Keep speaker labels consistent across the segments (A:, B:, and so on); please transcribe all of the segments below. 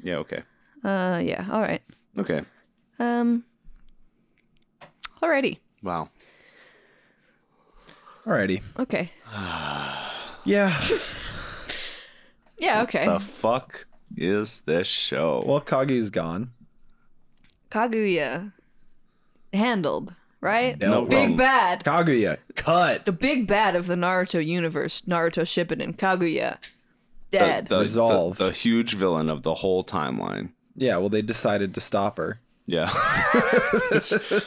A: Yeah. Okay.
B: Uh, yeah. All right.
A: Okay.
B: Um. Alrighty.
A: Wow.
C: Alrighty.
B: Okay.
C: Yeah.
B: Yeah. Okay.
A: The fuck is this show?
C: Well, Kagu's gone.
B: Kaguya handled right.
C: No
A: No
B: Big
A: problem.
B: bad.
C: Kaguya, cut.
B: The big bad of the Naruto universe, Naruto Shippuden, Kaguya, dead.
C: Resolved.
A: The, the huge villain of the whole timeline.
C: Yeah, well, they decided to stop her.
A: Yeah.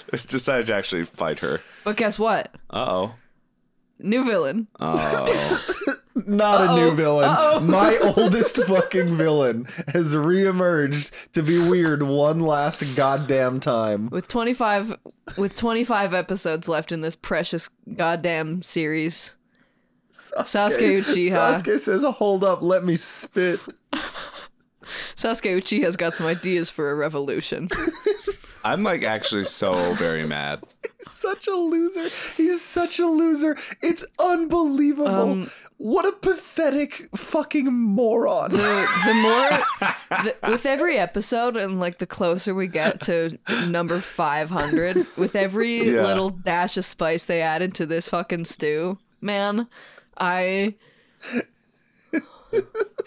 A: it's decided to actually fight her.
B: but guess what?
A: Uh oh.
B: New villain.
C: Not a new villain. My oldest fucking villain has reemerged to be weird one last goddamn time.
B: with 25 with 25 episodes left in this precious goddamn series Sasuke Uchiha.
C: Sasuke says, "Hold up, let me spit."
B: sasuke uchiha's got some ideas for a revolution
A: I'm like actually so very mad.
C: Such a loser. He's such a loser. It's unbelievable.
B: Um,
C: what a pathetic fucking moron.
B: the, the more the, with every episode and like the closer we get to number 500 with every
A: Yeah.
B: little dash of spice they added to this fucking stew man i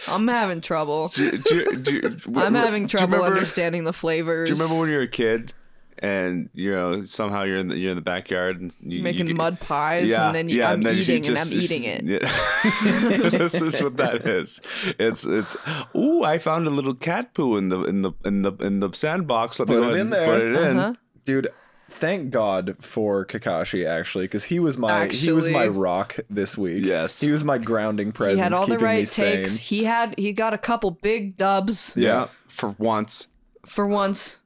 B: i'm having trouble
A: Do, do, do,
B: i'm having trouble
A: Do you, remember, do
B: understanding the flavors
A: you remember when you were a kid and you know somehow you're in the, you're in the backyard and you, you
B: making
A: get-
B: mud pies and then you, I'm
A: and then you
B: eating
A: just-
B: and I'm eating it.
A: Yeah. this is what that is. It's it's. Ooh, I found a little cat poo in the in the in the in the sandbox. Let me
C: Put
A: go
C: it
A: ahead
C: in
A: and
C: there.
A: Put it in.
B: Uh-huh.
C: Dude, thank God for Kakashi actually cuz he was my he was my
B: Actually.
C: rock this week.
A: Yes.
C: He was my grounding presence
B: He had all the
C: keeping me
B: right
C: sane.
B: takes. He had he got a couple big dubs
A: Yeah. for once.
B: for once.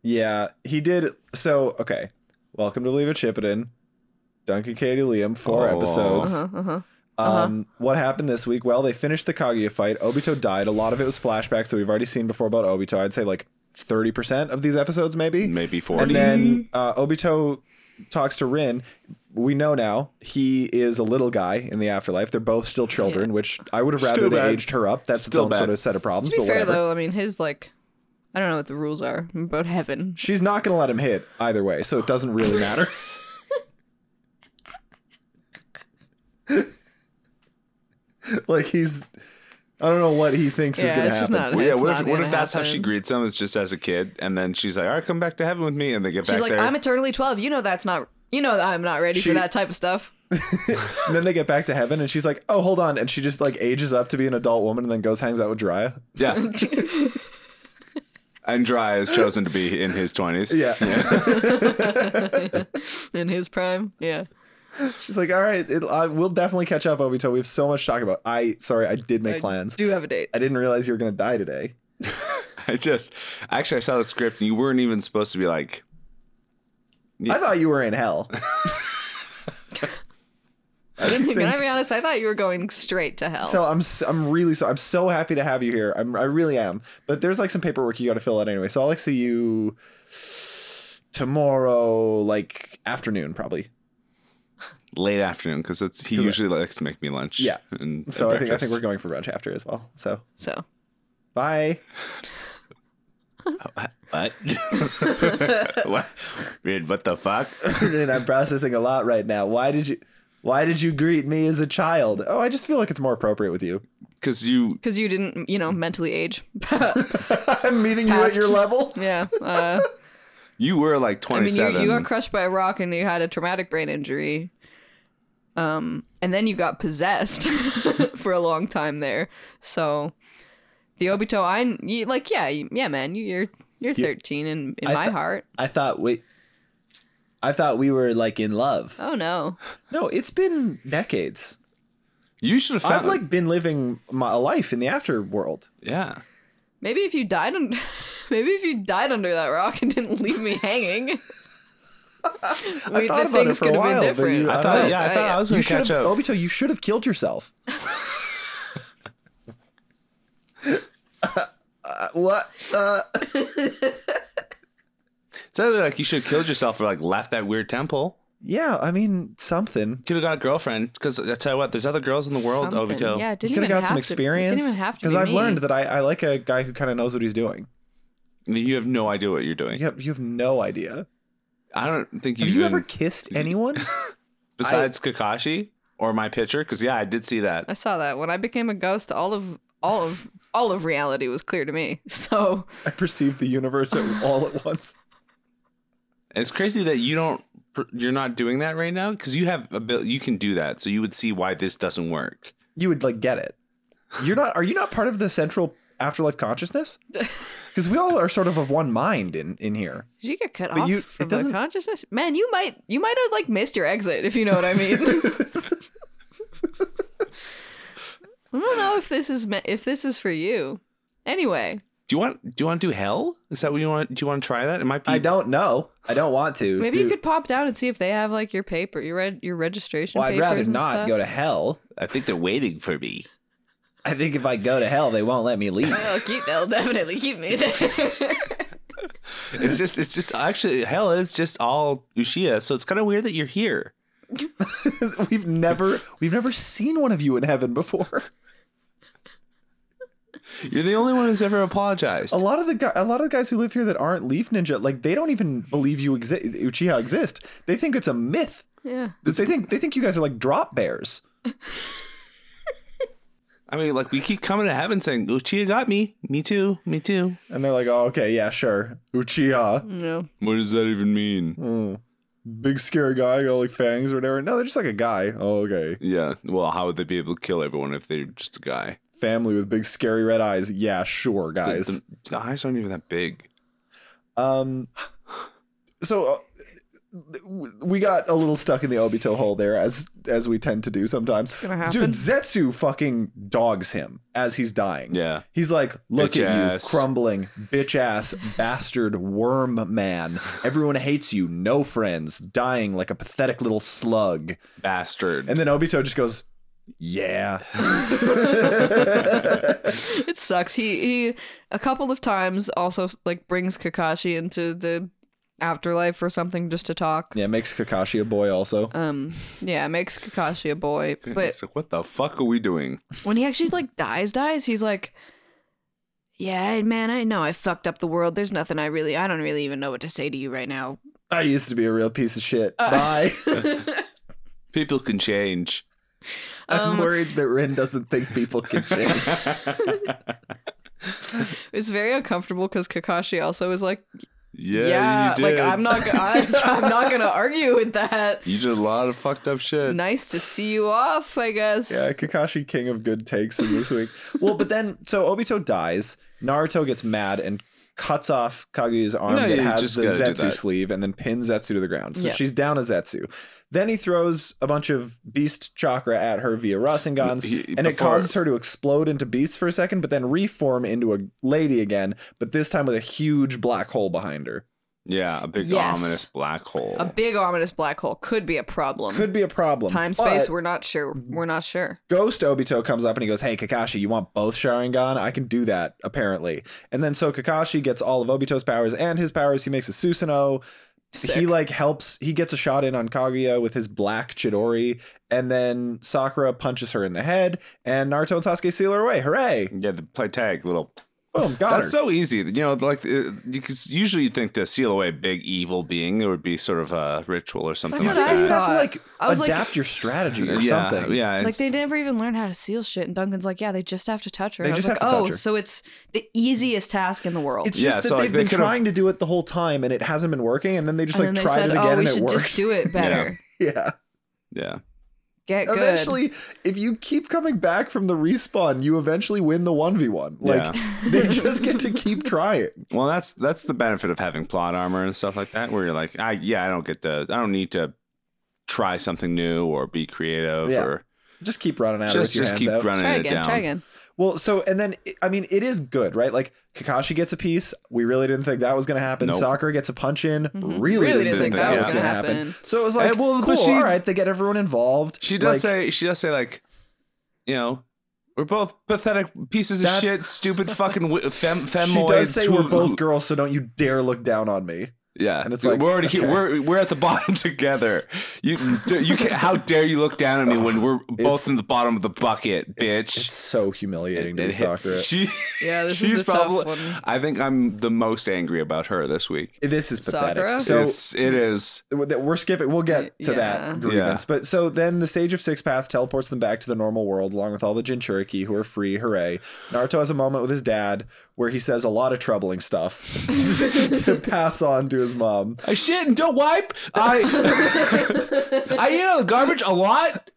C: Yeah, he did. So, okay. Welcome to Leave It Chippin'. Duncan Katie Liam, four
A: Oh.
C: episodes.
B: Uh-huh, uh-huh.
C: Um, What happened this week? Well, they finished the Kaguya fight. Obito died. A lot of it was flashbacks that we've already seen before about Obito. I'd say like 30% of these episodes, maybe.
A: Maybe
C: And
A: 40.
C: then uh, Obito talks to Rin. We know now he is a little guy in the afterlife. They're both still children, which I would have rather
A: Still
C: they
A: bad.
C: aged her up. That's
A: Still
C: its own
A: bad.
C: sort of set of problems.
B: To be
C: but
B: fair
C: whatever.
B: though, I mean his like I don't know what the rules are about heaven.
C: She's not going to let him hit either way, so it doesn't really matter. like he's I don't know what he thinks is
B: Yeah,
C: going to
B: it's just
C: happen.
B: not-
A: Well, yeah,
B: it's
A: what
B: not
A: if, what
B: gonna
A: if that's how she
B: happen.
A: greets him? Is just as a kid, and then she's like, "All right, come back to heaven with me," and they get
B: She's
A: back
B: like,
A: there.
B: I'm eternally twelve. You know that's not you know that I'm not ready
C: She-
B: for that type of stuff.
C: And then they get back to heaven and she's like, "Oh, hold on." And she just like ages up to be an adult woman and then goes hangs out with Jiraiya.
A: yeah. and Dry is chosen to be in his twenties.
C: Yeah.
B: In his prime. Yeah.
C: She's like, "All right, it, I, we'll definitely catch up, Obito. We have so much to talk about." I sorry, I did make
B: I
C: plans.
B: Do have a date.
C: I didn't realize you were going to die today.
A: I just actually I saw the script, and you weren't even supposed to be like,
C: I thought you were in hell. I didn't
B: Can I be honest? I thought you were going straight to hell.
C: So I'm s- I'm really so I'm so happy to have you here. I'm I really am. But there's like some paperwork you got to fill out anyway. So I'll like see you tomorrow, like afternoon probably.
A: late afternoon because it's he
C: 'Cause I-
A: usually likes to make me lunch.
C: Yeah.
A: and
C: So
A: and
C: I think I think we're
A: breakfast.
C: going for brunch after as well. So
B: so.
C: bye.
A: what? Dude, what the fuck?
C: and I'm processing a lot right now. Why did you Why did you greet me as a child? Oh, I just feel like it's more appropriate with you.
A: Because you
B: Because you didn't, you know, mentally age.
C: I'm meeting
B: Past.
C: you at your level.
B: yeah. Uh,
A: you were like
B: I mean, you,
A: 27.
B: you got crushed by a rock and you had a traumatic brain injury. Um, and then you got possessed for a long time there. So the Obito, I you, like, yeah, you- yeah, man, you, you're you're 13 in, in
C: I
B: my
C: thought-
B: heart.
C: I thought we I thought we were like in love.
B: Oh no,
C: No, it's been decades.
A: You should have found
C: I've like been living my life in the afterworld.
A: yeah.
B: maybe if you died un- maybe if you died under that rock and didn't leave me hanging, we,
C: thought about it for a
B: could've
C: while, but you-
A: I
C: I
A: thought
C: know.
A: yeah. I thought I was
C: You
A: gonna
C: should
A: catch
C: have,
A: up.
C: Obito. You should have killed yourself. Uh, what? Uh,
A: It's either like you should have killed yourself or like left that weird temple.
C: Yeah, I mean something.
A: Could have got a girlfriend because I tell you what, there's other girls in the world.
B: Something.
A: Obito.
B: Yeah, it didn't
C: You could
B: even
C: have got
B: have
C: some
B: to- it
C: experience.
B: Didn't even have to.
C: Because
B: be
C: I've
B: me.
C: learned that I, I like a guy who kind of knows what he's doing.
A: You have no idea what you're doing.
C: You have, you have no idea.
A: I don't think
C: Have
A: you've
C: you
A: been-
C: ever kissed anyone?
A: besides Kakashi or my picture. Because yeah, I did see that.
B: I saw that when I became a ghost. All of all of all of reality was clear to me. So
C: I perceived the universe at- all at once.
A: It's crazy that you don't. You're not doing that right now because you have a bill. You can do that, so you would see why this doesn't work.
C: You would like get it. You're not. Are you not part of the central afterlife consciousness? Because we all are sort of of one mind in in here.
B: did you get cut
C: But
B: off
C: you- it
B: from the
C: doesn't-
B: consciousness? Man, you might you might have like missed your exit if you know what I mean. I don't know if this is me- if this is for you. Anyway,
A: Do you want? Do you want to do hell? Is that what you want? Do you want to try that? It might be.
C: I don't know. I don't want to.
B: maybe you
C: do-
B: could pop down and see if they have like your paper, your red, your registration.
C: Well, I'd
B: papers
C: rather
B: and
C: not
B: stuff.
C: go to hell.
A: I think they're waiting for me.
C: I think if I go to hell, they won't let me leave.
B: They'll keep. They'll definitely keep me there.
A: It's just. It's just actually hell is just all Ushia. So it's kind of weird that you're here.
C: we've never we've never seen one of you in heaven before.
A: You're the only one who's ever apologized.
C: A lot of the guy, a lot of the guys who live here that aren't Leaf Ninja, like they don't even believe you exist. Uchiha exists. They think it's a myth.
B: yeah.
C: They think they think you guys are like drop bears.
A: I mean, like we keep coming to heaven saying Uchiha got me. Me too. Me too.
C: And they're like, oh, okay, yeah, sure. Uchiha.
B: No.
A: What does that even mean?
C: Mm. Big scary guy, got like fangs or whatever. No, they're just like a guy. Oh, okay.
A: Yeah. Well, how would they be able to kill everyone if they're just a guy?
C: Family with big scary red eyes. Yeah, sure,
A: The-
C: guys.
A: The, the eyes aren't even that big.
C: Um, so uh, we got a little stuck in the Obito hole there, as as we tend to do sometimes.
B: gonna happen.
C: Dude, Zetsu fucking dogs him as he's dying.
A: Yeah.
C: He's like, look
A: Bitch
C: at
A: ass.
C: you, crumbling, bitch ass, bastard, worm man. Everyone hates you, no friends, dying like a pathetic little slug.
A: Bastard.
C: And then Obito just goes, yeah.
B: it sucks. He he a couple of times also like brings Kakashi into the afterlife or something just to talk.
C: Yeah, makes Kakashi a boy also.
B: Um yeah, makes Kakashi a boy, but
A: it's like, what the fuck are we doing?
B: when he actually like dies dies, he's like yeah, man, I know I fucked up the world. There's nothing I really I don't really even know what to say to you right now.
C: I used to be a real piece of shit. Bye.
A: People can change.
C: I'm
B: Um,
C: worried that Rin doesn't think people can change.
B: It's very uncomfortable cuz Kakashi also is like
A: Yeah.
B: yeah,
A: you
B: like
A: did.
B: I'm not go- I, I'm not going to argue with that.
A: You did a lot of fucked up shit.
B: Nice to see you off, I guess.
C: Yeah, Kakashi king of good takes in this week. well, but then so Obito dies, Naruto gets mad and cuts off Kaguya's arm
A: No,
C: that
A: you
C: has
A: just
C: the
A: gotta do
C: Zetsu
A: that.
C: sleeve and then pins Zetsu to the ground. So
B: Yeah.
C: she's down as Zetsu. Then he throws a bunch of beast chakra at her via Rasengans
A: He-
C: and it
A: before-
C: causes her to explode into beasts for a second but then reform into a lady again, but this time with a huge black hole behind her.
A: Yeah, a big
B: Yes.
A: ominous black hole.
B: A big ominous black hole could be a problem.
C: Could be a problem.
B: Time space,
C: but-
B: we're not sure. We're not sure.
C: Ghost Obito comes up and he goes, "Hey Kakashi, you want both Sharingan? I can do that apparently." And then so Kakashi gets all of Obito's powers and his powers. He makes a Susanoo.
B: Sick.
C: He like helps. He gets a shot in on Kaguya with his black Chidori, and then Sakura punches her in the head, and Naruto and Sasuke seal her away. Hooray!
A: yeah, the play tag little.
C: Boom, got
A: That's
C: her.
A: so easy. You know, like uh, you could, usually you think to seal away a big evil being, it would be sort of a ritual or something like
B: That's what I
A: that.
C: You'd have to
B: thought.
C: like
B: I was like-
C: adapt your strategy or
A: yeah,
C: something.
A: yeah.
B: like
A: it's-
B: they never even learned how to seal shit, and Duncan's like, "Yeah, they just have to touch her."
C: They
B: and
C: just
B: I was
C: have
B: like,
C: to
B: "Oh,
C: touch her."
B: so it's the easiest task in the world."
C: It's
A: Yeah,
C: just that
A: so, like,
C: they've
A: they
C: been
A: could've-
C: trying to do it the whole time and it hasn't been working, and then they just
B: and
C: like
B: then they
C: tried
B: said,
C: it again
B: "Oh, we
C: and it
B: should
C: worked.
B: just do it better.
C: yeah.
A: yeah.
B: Get good."
C: Eventually, if you keep coming back from the respawn, you eventually win the 1v1. Like, they just get to keep trying.
A: Well, that's that's the benefit of having plot armor and stuff like that, where you're like, I yeah, I don't get to, I don't need to try something new or be creative
C: Yeah.
A: or
C: Just keep running at it with
A: just
C: your
A: just
C: hands
A: keep
C: out.
A: running
B: try
A: it
B: again.
A: down.
B: Try again.
C: Well, so, and then, I mean, it is good, right? Like, Kakashi gets a piece. We really didn't think that was going to happen.
A: Nope.
C: Sakura gets a punch in. Mm-hmm. Really, didn't, think that, was going to
B: gonna
C: happen.
B: happen.
C: So it was like,
A: And, well,
C: well,
A: but
C: cool,
A: she-
C: all right, they get everyone involved.
A: She does
C: Like,
A: say she does say like, you know, we're both pathetic pieces of
C: That's-
A: shit, stupid fucking wi- fem
C: she
A: femoids.
C: does say
A: who-
C: we're both
A: who-
C: girls, so don't you dare look down on me.
A: Yeah,
C: And it's like,
A: we're already here.
C: okay.
A: We're we're at the bottom together. You d- you can't. How dare you look down at me when we're both in the bottom of the bucket, bitch.
C: It's, it's so humiliating to be
A: It hit-
C: soccer. at.
A: She,
B: Yeah, this
A: she's
B: is a
A: probably.
B: tough one.
A: I think I'm the most angry about her this week.
C: This is pathetic.
B: Sakura?
C: So
A: it's it is
C: that we're skipping we'll get to
B: Yeah.
C: that grievance but so then the sage of six paths teleports them back to the normal world along with all the jinchuriki who are free hooray naruto has a moment with his dad where he says a lot of troubling stuff to pass on to his mom
A: I shit and don't wipe. I I eat out of the garbage a lot.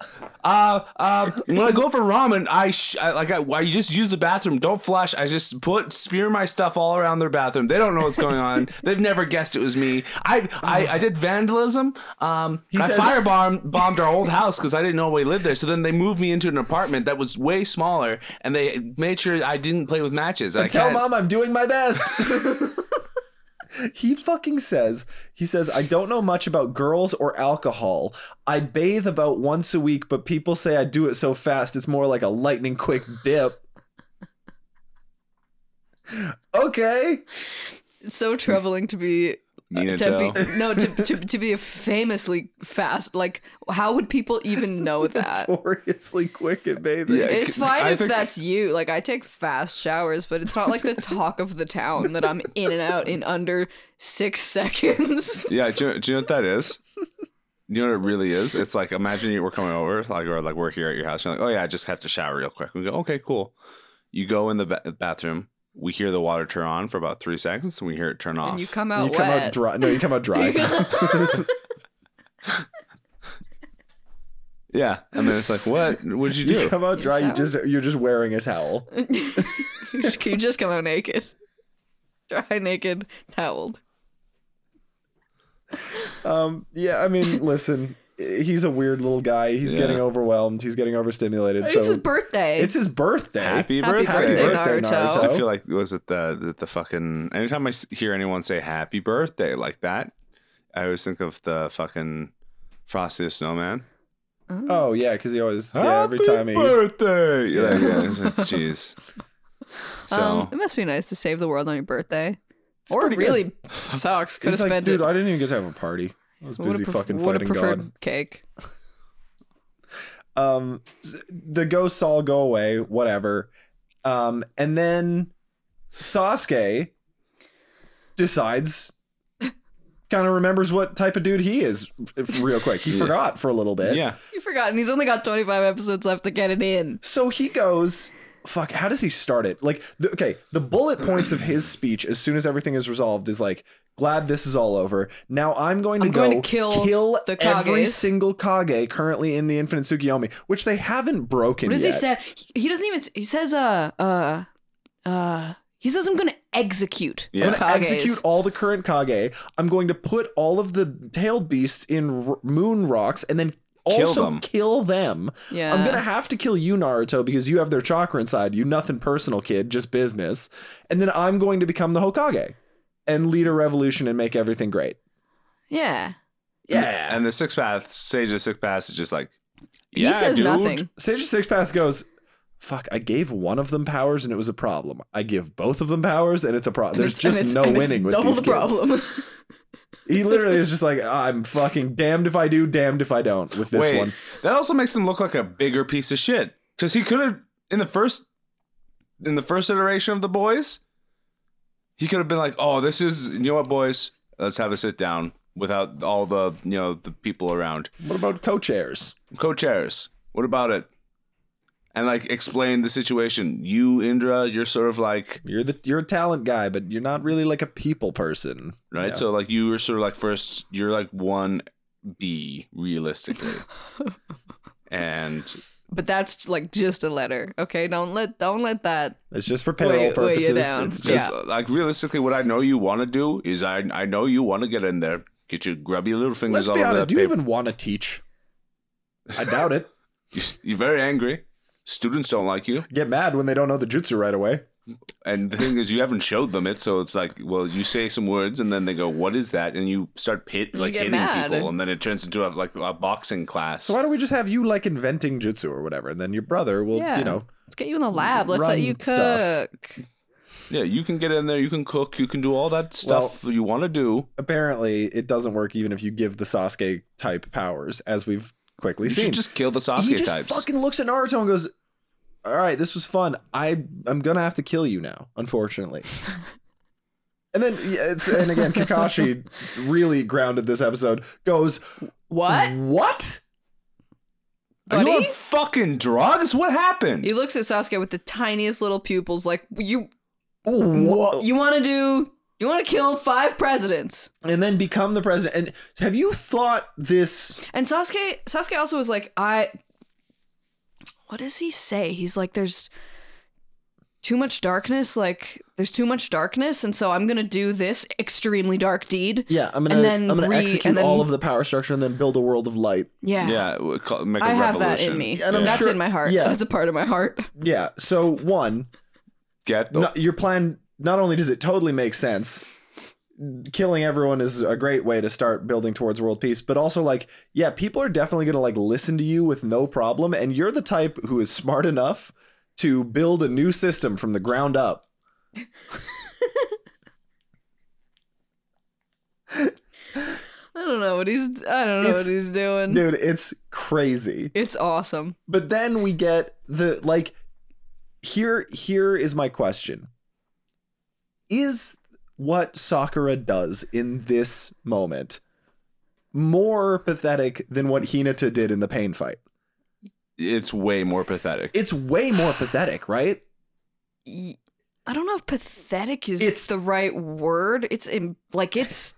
A: Uh, uh, when I go for ramen, I, sh- I like I, I just use the bathroom. Don't flush. I just put spear my stuff all around their bathroom. They don't know what's going on. They've never guessed it was me. I I, I did vandalism. Um, I
C: says-
A: firebombed bombed our old house because I didn't know we lived there. So then they moved me into an apartment that was way smaller, and they made sure I didn't play with matches. I
C: tell
A: can't-
C: mom i'm doing my best he fucking says he says i don't know much about girls or alcohol i bathe about once a week but people say i do it so fast it's more like a lightning quick dip okay
B: It's so troubling to be
A: Nina
B: to
A: Joe.
B: be no to, to to be famously fast. Like, how would people even know
C: Uh,
B: that?
C: notoriously quick at bathing
A: Yeah.
B: It's fine
A: I
B: if
A: think-
B: that's you. Like, I take fast showers, but it's not like the talk of the town that I'm in and out in under six seconds.
A: Yeah, do you, do you know what that is? You know what it really is? It's like imagine you were coming over, like or like we're here at your house. You're like, oh yeah, I just have to shower real quick. We go, okay, cool. You go in the ba- bathroom. We hear the water turn on for about three seconds, and we hear it turn off.
B: And you come
C: you
B: out
C: come out
B: wet.
C: dry no you come out dry
A: yeah, and then it's like, what? What'd you
C: you
A: do?
C: come out dry you just you're just wearing a towel
B: you, just, you just come out naked, dry naked, toweled.
C: Um, yeah, I mean, listen, he's a weird little guy. He's
A: Yeah.
C: getting overwhelmed. He's getting overstimulated. so
B: it's his birthday.
C: It's his birthday.
A: Happy,
B: Happy
A: birthday!
B: birthday,
C: birthday,
B: Naruto. Um,
C: Naruto.
A: I feel like was it the, the the fucking anytime I s- hear anyone say happy birthday like that, I always think of the fucking Frosty the Snowman.
C: Oh yeah, because he always yeah every
A: Happy
C: time he
A: birthday. Yeah, like, yeah. It's like, jeez. So
B: um, it must be nice to save the world on your birthday. or
C: pretty
B: it
C: good.
B: really sucks. Could have
C: he's like,
B: spent
C: dude,
B: it.
C: I didn't even get to have a party. I was
B: Would've
C: busy
B: pref-
C: fucking
B: would've
C: fighting
B: preferred
C: God.
B: cake.
C: Um, s- the ghosts all go away. Whatever. Um, and then Sasuke decides. Kind of remembers what type of dude he is, f- real quick. He forgot for a little bit.
A: yeah.
B: You forgot, and he's only got 25 episodes left to get it in.
C: So he goes, fuck, how does he start it? Like, the, okay, the bullet points of his speech as soon as everything is resolved is like, glad this is all over. Now I'm going to
B: I'm
C: go
B: going to kill the
C: every
B: Kages."
C: single Kage currently in the Infinite Tsukiyomi, which they haven't broken
B: What does
C: yet.
B: he say? He, he doesn't even. He says, uh, uh, uh. He says, "I'm gonna execute."
A: Yeah.
B: the
C: I'm gonna
B: Kages."
C: execute all the current Kage. I'm going to put all of the tailed beasts in r- moon rocks and then
A: Kill
C: also
A: them.
C: kill them.
B: Yeah.
C: I'm gonna have to kill you, Naruto, because you have their chakra inside you. Nothing personal, kid, just business. And then I'm going to become the Hokage and lead a revolution and make everything great.
B: Yeah.
C: Yeah.
A: And the six path, Sage of the Six Paths is just like,
B: he
A: "Yeah,
B: says
A: dude."
B: nothing.
C: Sage of Six Paths goes. Fuck! I gave one of them powers and it was a problem. I give both of them powers and it's a problem.
B: And
C: There's
B: it's-
C: just
B: and it's-
C: no
B: and it's
C: winning with
B: double
C: these
B: the
C: kids.
B: problem.
C: He literally is just like, I'm fucking damned if I do, damned if I don't with this
A: Wait,
C: one.
A: that also makes him look like a bigger piece of shit because he could have in the first in the first iteration of the boys, he could have been like, "Oh, this is you know what, boys, let's have a sit down without all the you know the people around."
C: What about co-chairs?
A: co-chairs what about it and like explain the situation you indra you're sort of like
C: You're the you're a talent guy, but you're not really like a people person,
A: right
C: Yeah.
A: so like you were sort of like first you're like one b realistically and
B: but that's like just a letter. Okay, don't let don't let that.
C: it's just for payroll
B: Weigh- weigh you
C: purposes.
B: down.
C: It's
A: just
C: just
B: Yeah.
A: like realistically what i know you want to do is i i know you want to get in there get your grubby little fingers
C: let's
A: all
C: be
A: over
C: honest.
A: that
C: Do you
A: paper
C: even want to teach? I doubt it.
A: you're very angry students don't like you
C: Get mad when they don't know the jutsu right away.
A: And the thing is, you haven't showed them it, so it's like, well, you say some words, and then they go, "What is that?" And you start pit
B: You
A: like
B: get
A: hitting
B: mad.
A: people, and then it turns into a, like a boxing class.
C: So why don't we just have you like inventing jutsu or whatever, and then your brother will,
B: Yeah.
C: you know,
B: Let's get you in the lab. Let's
C: Run
B: let you
C: stuff.
B: cook.
A: Yeah, you can get in there. You can cook. You can do all that stuff you want to do.
C: Apparently, it doesn't work even if you give the Sasuke type powers, as we've quickly
A: You
C: seen.
A: should just kill the
C: he
A: Sasuke
C: just
A: types.
C: fucking looks at Naruto and goes, "All right, this was fun. I I'm gonna have to kill you now, unfortunately." and then yeah, it's and again Kakashi really grounded this episode. Goes
B: What?
C: What?
A: Are you on
B: Buddy?
A: fucking drugs? What happened?
B: He looks at Sasuke with the tiniest little pupils, like you.
C: What?
B: You want to do? You want to kill five presidents?
C: And then become the president. And have you thought this?
B: And Sasuke, Sasuke also was like, I. What does he say? He's like, there's too much darkness. Like, there's too much darkness, and so I'm gonna do this extremely dark deed.
C: Yeah, I'm gonna
B: And then
C: I'm gonna
B: re-
C: execute
B: and then-
C: all of the power structure and then build a world of light.
B: Yeah.
A: yeah, we call- make a
B: I have that
A: revolution.
B: in me.
C: And I'm
B: That's
C: sure-
B: in my heart.
C: yeah.
B: That's a part of my heart.
C: Yeah. So one,
A: Get the
C: no- your plan not only does it totally make sense killing everyone is a great way to start building towards world peace but also like yeah people are definitely going to like listen to you with no problem and you're the type who is smart enough to build a new system from the ground up
B: I don't know what he's. I don't know
C: It's-
B: what he's doing.
C: dude it's crazy
B: It's awesome.
C: but then we get the like here here is my question is what sakura does in this moment more pathetic than what hinata did in the pain fight
A: it's way more pathetic.
C: it's way more pathetic right
B: y- I don't know if pathetic is
C: It's-
B: the right word. It's em- like it's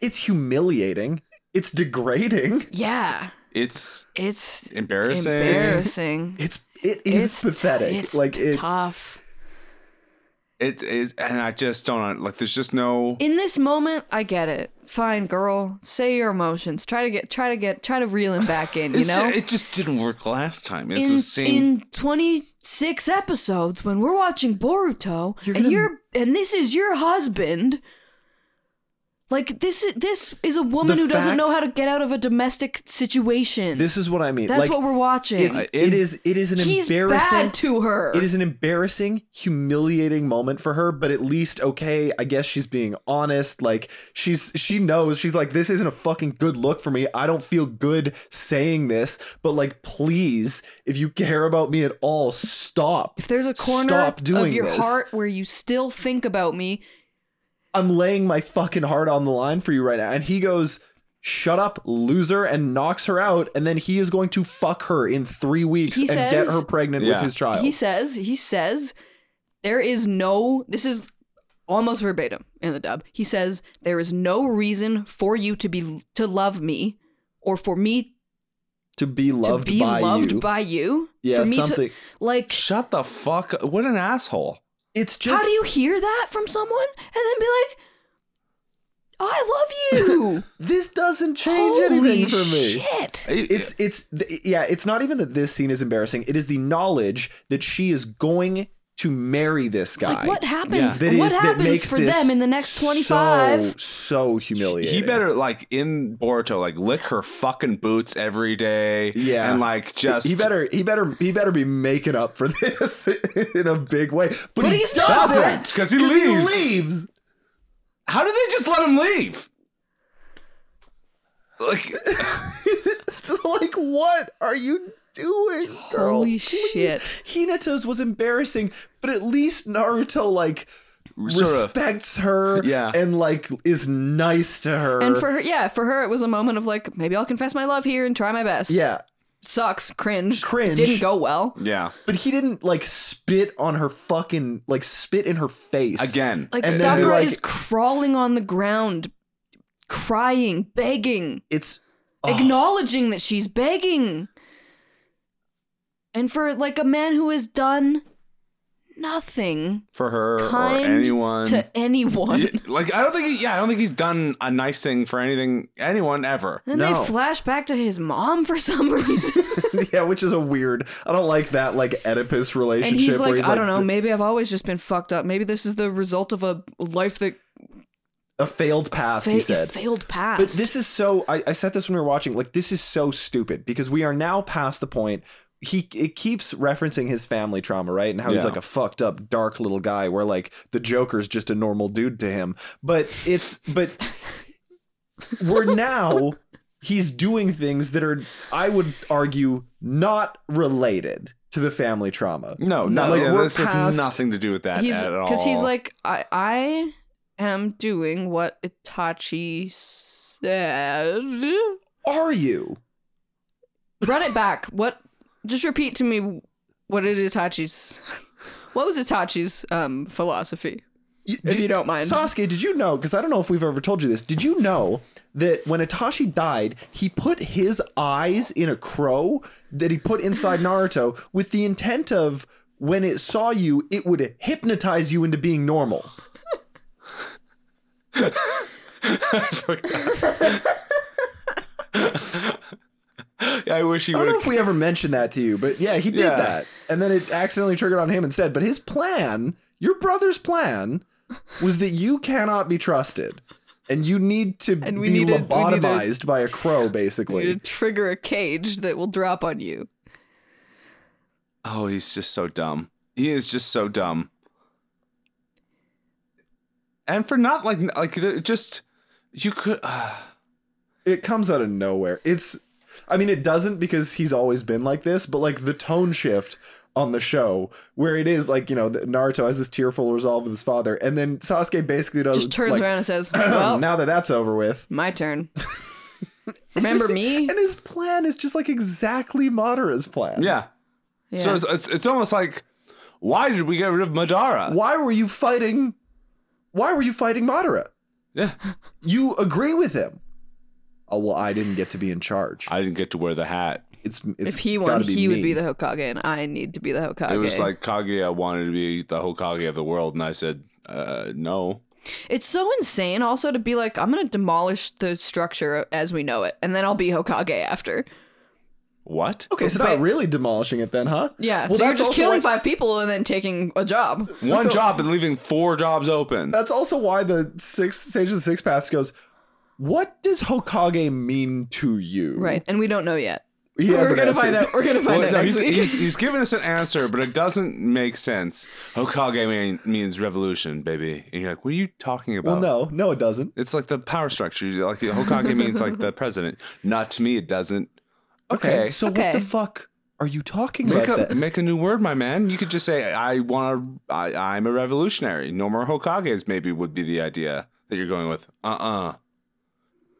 C: it's humiliating it's degrading
B: yeah,
A: It's
B: it's
A: embarrassing.
B: embarrassing.
C: it's it is
B: t-
C: pathetic
B: it's
C: like it
B: tough.
A: It is, and I just don't like. There's just no.
B: In this moment, I get it. Fine, girl, say your emotions. Try to get, try to get, try to reel him back in. You
A: it's
B: know,
A: it just didn't work last time. It's
B: in
A: the same.
B: in twenty six episodes, when we're watching Boruto,
C: You're
B: and
C: gonna-
B: you're and this is your husband. Like this, is this is a woman
C: The
B: who doesn't know how
C: fact-
B: to get out of a domestic situation.
C: this is what i mean
B: That's
C: like
B: what we're watching.
C: it's, it
A: in-
C: is it is an
B: He's
C: embarrassing
B: bad to her.
C: It is an embarrassing, humiliating moment for her, but at least okay, I guess she's being honest. Like she's she knows she's like this isn't a fucking good look for me. I don't feel good saying this, but like please, if you care about me at all, stop.
B: if there's a corner
C: Stop doing
B: of your
C: this.
B: heart where you still think about me,
C: I'm laying my fucking heart on the line for you right now. And he goes, "Shut up, loser," and knocks her out, and then he is going to fuck her in 3 weeks
B: He
C: and
B: says-
C: get her pregnant with
A: Yeah.
C: his child.
B: he says, he says, there is no, this is almost verbatim in the dub. He says, there is no reason for you to be, to love me or for me
C: to be loved
B: to be
C: by
B: loved
C: you.
B: by you.
C: yeah,
B: for me
C: something.
B: To, like,
A: Shut the fuck! up. What an asshole!
C: it's just
B: how do you hear that from someone and then be like, I love you.
C: this doesn't change
B: Holy
C: anything for me.
B: shit.
A: It-
C: It's it's th- yeah, it's not even that this scene is embarrassing. It is the knowledge that she is going to marry this guy.
B: Like what happens?
C: That is-
B: What
C: that
B: happens
C: makes
B: for
C: this
B: them in the next twenty five?
C: So, so humiliating.
A: He better like in Boruto, like lick her fucking boots every day.
C: Yeah.
A: and like just
C: He better. He better. He better be making up for this in a big way. But,
B: But
C: he
B: he's
C: doesn't,
B: not.
A: 'Cause he leaves.
C: leaves.
A: How did they just let him leave? Like
C: it's like, what are you doing, girl?
B: Holy
C: Please.
B: shit.
C: Hinata's was embarrassing, but at least Naruto like
A: sort of
C: respects her
A: Yeah.
C: and like is nice to her.
B: And for her, yeah, for her, it was a moment of like, maybe I'll confess my love here and try my best.
C: yeah,
B: sucks, cringe,
C: Cringe.
B: Didn't go well.
A: yeah.
C: but he didn't like spit on her fucking like spit in her face
A: Again,
B: Like
C: And then,
B: Sakura
C: like-
B: is crawling on the ground, crying, begging,
C: It's
B: acknowledging that she's begging, and for like a man who has done nothing
A: for her or
B: kind
A: anyone.
B: to anyone.
A: Yeah, like I don't think he, yeah, I don't think he's done a nice thing for anything anyone ever.
B: Then
C: No.
B: they flash back to his mom for some reason.
C: yeah, which is a weird. I don't like that like Oedipus relationship.
B: and he's
C: where
B: like,
C: he's
B: I
C: like,
B: don't know,
C: th-
B: maybe I've always just been fucked up. Maybe this is the result of a life that
C: a failed past.
B: fa-
C: he said.
B: failed past.
C: But this is so. I, I said this when we were watching. Like, this is so stupid because we are now past the point he it keeps referencing his family trauma, right? And how he's
A: Yeah.
C: like a fucked up, dark little guy, where like the Joker's just a normal dude to him. But it's but we're now he's doing things that are I would argue not related to the family trauma.
A: No,
C: Not
A: no,
C: like
A: yeah,
C: we're
A: this has
C: past-
A: nothing to do with that
B: he's
A: at all.
B: because he's like I I am doing what Itachi said.
C: Are you?
B: Run it back. What? Just repeat to me what did Itachi's. What was Itachi's um, philosophy?
C: You-
B: If
C: did-
B: you don't mind.
C: Sasuke, did you know? Because I don't know if we've ever told you this. Did you know that when Itachi died, he put his eyes in a crow that he put inside Naruto with the intent of when it saw you, it would hypnotize you into being normal.
A: I wish he
C: I don't know
A: would.
C: if we ever mentioned that to you, but yeah, he did
A: Yeah.
C: that. And then it accidentally triggered on him instead. But his plan, your brother's plan, was that you cannot be trusted. And you need to
B: And we
C: be
B: needed- we needed-
C: lobotomized by a crow,
B: You
C: basically.
B: need to trigger a cage that will drop on you.
A: Oh, he's just so dumb. He is just so dumb. And for not like like the- just you could. Uh,
C: it comes out of nowhere. It's I mean it doesn't because he's always been like this, but like the tone shift on the show where it is like, you know, that Naruto has this tearful resolve with his father and then Sasuke basically does
B: Just turns
C: Uh, like,
B: around and says, Well,
C: now that that's over with.
B: my turn. Remember me?
C: And his plan is just like exactly Madara's plan.
A: yeah. So
B: Yeah.
A: it's, it's it's almost like, why did we get rid of Madara?
C: Why were you fighting Why were you fighting Madara?
A: Yeah.
C: You agree with him. Oh well, I didn't get to be in charge.
A: I didn't get to wear the hat.
C: It's, it's
B: if he
C: gotta
B: won, he would
C: me.
B: be the Hokage, and I need to be the Hokage.
A: It was like Kaguya wanted to be the Hokage of the world, and I said, uh, no.
B: It's so insane also to be like, I'm gonna demolish the structure as we know it, and then I'll be Hokage after.
A: What?
C: Okay, so
B: Wait.
C: not really demolishing it then, huh?
B: Yeah,
C: Well,
B: so you're
C: that's
B: just
C: also
B: killing
C: why-
B: five people and then taking a job.
A: One
C: So-
A: job and leaving four jobs open.
C: That's also why the six Sage of the Six Paths goes, What does Hokage mean to you?
B: Right. And we don't know yet.
C: He
B: We're
C: hasn't
B: gonna
C: answered.
B: find out. We're gonna find
A: Well,
B: out
A: no,
B: next
A: he's,
B: week.
A: he's, he's giving us an answer, but it doesn't make sense. Hokage mean, means revolution, baby. And you're like, what are you talking about?
C: Well, no, no, it doesn't.
A: It's like the power structure. Like the Hokage means like the president. Not to me, it doesn't.
C: Okay.
A: Okay.
C: So
B: Okay.
C: what the fuck are you talking
A: Make
C: about
A: a,
C: then?
A: make a new word, my man. You could just say, I want to, I, I'm a revolutionary. No more Hokages, maybe, would be the idea that you're going with. Uh uh-uh. uh.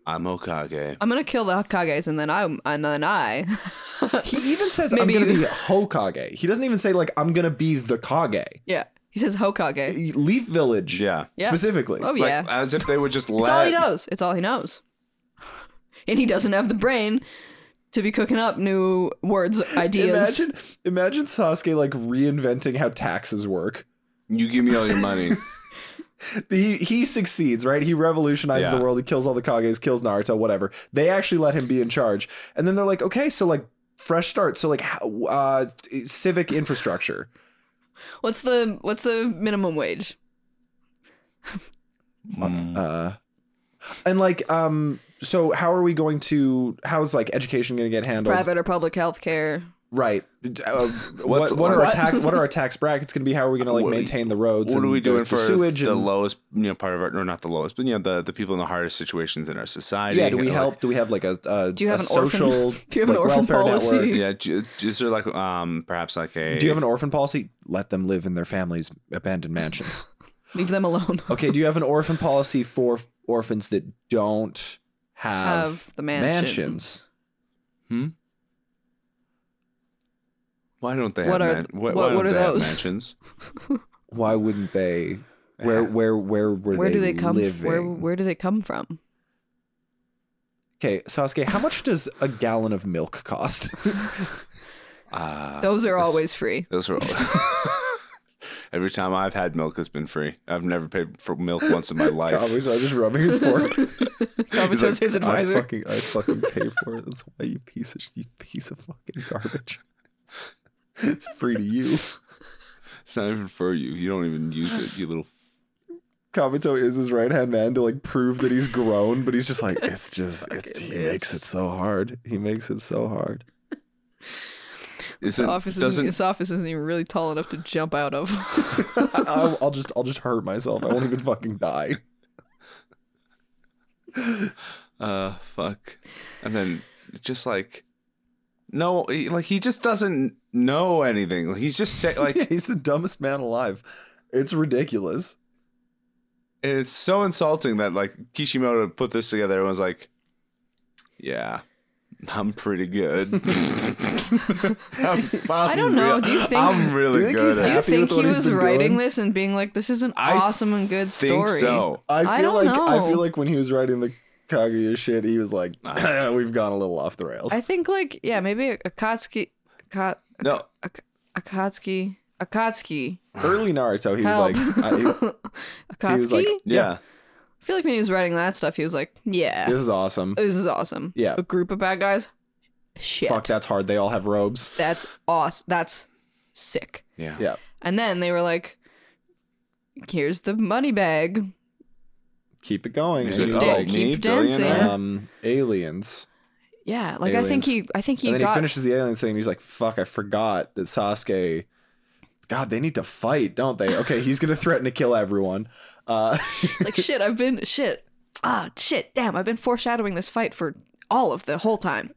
A: i am Hokage.
B: I'm gonna kill the Hokages and then I and then I.
C: He even says
B: Maybe
C: I'm gonna
B: you-
C: be Hokage. He doesn't even say like I'm gonna be the Kage. Eh,
B: yeah. He says Hokage.
C: Leaf Village.
A: Yeah.
B: Yeah.
C: Specifically.
B: Oh
A: Like,
B: yeah.
A: As if they would just let.
B: it's all he knows. It's all he knows. and he doesn't have the brain to be cooking up new words, ideas.
C: Imagine imagine Sasuke like reinventing how taxes work.
A: You give me all your money.
C: He he succeeds, right? He revolutionizes
A: Yeah.
C: the world. He kills all the Kages, kills Naruto, whatever. They actually let him be in charge, and then they're like, okay, so like fresh start. So like how, uh, civic infrastructure.
B: What's the what's the minimum wage?
A: Mm.
C: Uh, and like um, so how are we going to? How's like education going to get handled?
B: Private or public health care?
C: Right. Uh,
A: What's-
C: what what are our
A: what?
C: tax what are our tax brackets going to be? How are we going to like
A: What-
C: maintain the roads?
A: what are
C: and
A: we doing
C: there's
A: for
C: the sewage?
A: the
C: and,
A: lowest you know part of our or not the lowest but you know the, the people in the hardest situations in our society
C: yeah, do we
A: Like,
C: help? Do we have like a, a
B: Do you have
C: a
B: an orphan-
C: social
B: Do you have an
C: like,
B: orphan
C: welfare
B: policy?
C: network?
A: yeah ju- is there like um perhaps like a
C: Do you have an orphan policy? Let them live in their families' abandoned mansions.
B: Leave them alone.
C: okay, do you have an orphan policy for orphans that don't have,
B: Have the mansions.
A: why don't they
B: What
A: have
B: are-
A: man- why-
B: what-
A: why don't
B: what are
A: they have
B: those?
A: mansions
C: Why wouldn't they? Where where where were
B: Where
C: they
B: do they come? f-
C: living?
B: Where where do they come from?
C: Okay, Sasuke, how much does a gallon of milk cost?
A: uh,
B: Those are always free.
A: those are all every time i've had milk has been free i've never paid for milk once in my life
C: Obviously, I'm just rubbing his forehead.
B: Kabuto's his advisor.
C: I fucking, I fucking pay for it. That's why you piece of you piece of fucking garbage. It's free to you.
A: it's not even for you you don't even use it you little
C: Kabuto is his right hand man to like prove that he's grown, but he's just like it's just it's, he makes it so hard. He makes it so hard.
A: Is it
B: Office isn't, e-,
A: doesn't
B: this office isn't even really tall enough to jump out of.
C: I'll, I'll just I'll just hurt myself. I won't even fucking die.
A: uh fuck and then just like no he- like he just doesn't know anything he's just say,
C: Yeah,
A: like
C: he's the dumbest man alive. It's ridiculous.
A: it's so insulting that like kishimoto put this together and was like yeah i'm pretty good
B: I don't know. Do you think-
A: i'm really
C: Do you think
A: good
C: he's
A: at
B: Do you
C: with
B: think
C: what
B: he
C: he's
B: was
C: been
B: writing
C: doing?
B: this and being like, "This is an
A: I
B: awesome and good
A: think
B: story"?
A: so
C: I feel
B: I don't
C: like I
B: know.
C: feel like when he was writing the Kaguya shit, he was like, "We've gone a little off the rails."
B: I think like yeah, maybe Akatsuki, Aka-
A: no
B: Ak- Akatsuki, Akatsuki,
C: Early Naruto, he
B: help,
C: was like, I,
B: Akatsuki.
C: was like-
A: yeah
B: I feel like when he was writing that stuff, he was like, "Yeah,
C: "This is awesome.
B: this is awesome.
C: Yeah.
B: a group of bad guys. Shit,
C: Fuck, that's hard. They all have robes."
B: that's awesome. That's sick."
A: yeah
C: Yeah,
B: And then they were like, "Here's the money bag.
C: keep it going.
A: He's
C: And he
A: like,
C: was
A: "Oh,
B: They
C: like,
A: me,
B: keep dancing."
A: billionaire?"
C: um, aliens.
B: Yeah, like I think he,
C: Aliens.
B: I think he
C: and then
B: got.
C: he finishes the aliens thing. And he's like, "Fuck, I forgot that Sasuke." God, they need to fight, don't they? Okay, he's gonna threaten to kill everyone. Uh,
B: like shit, I've been shit. Ah, shit, damn, I've been foreshadowing this fight for all of the whole time.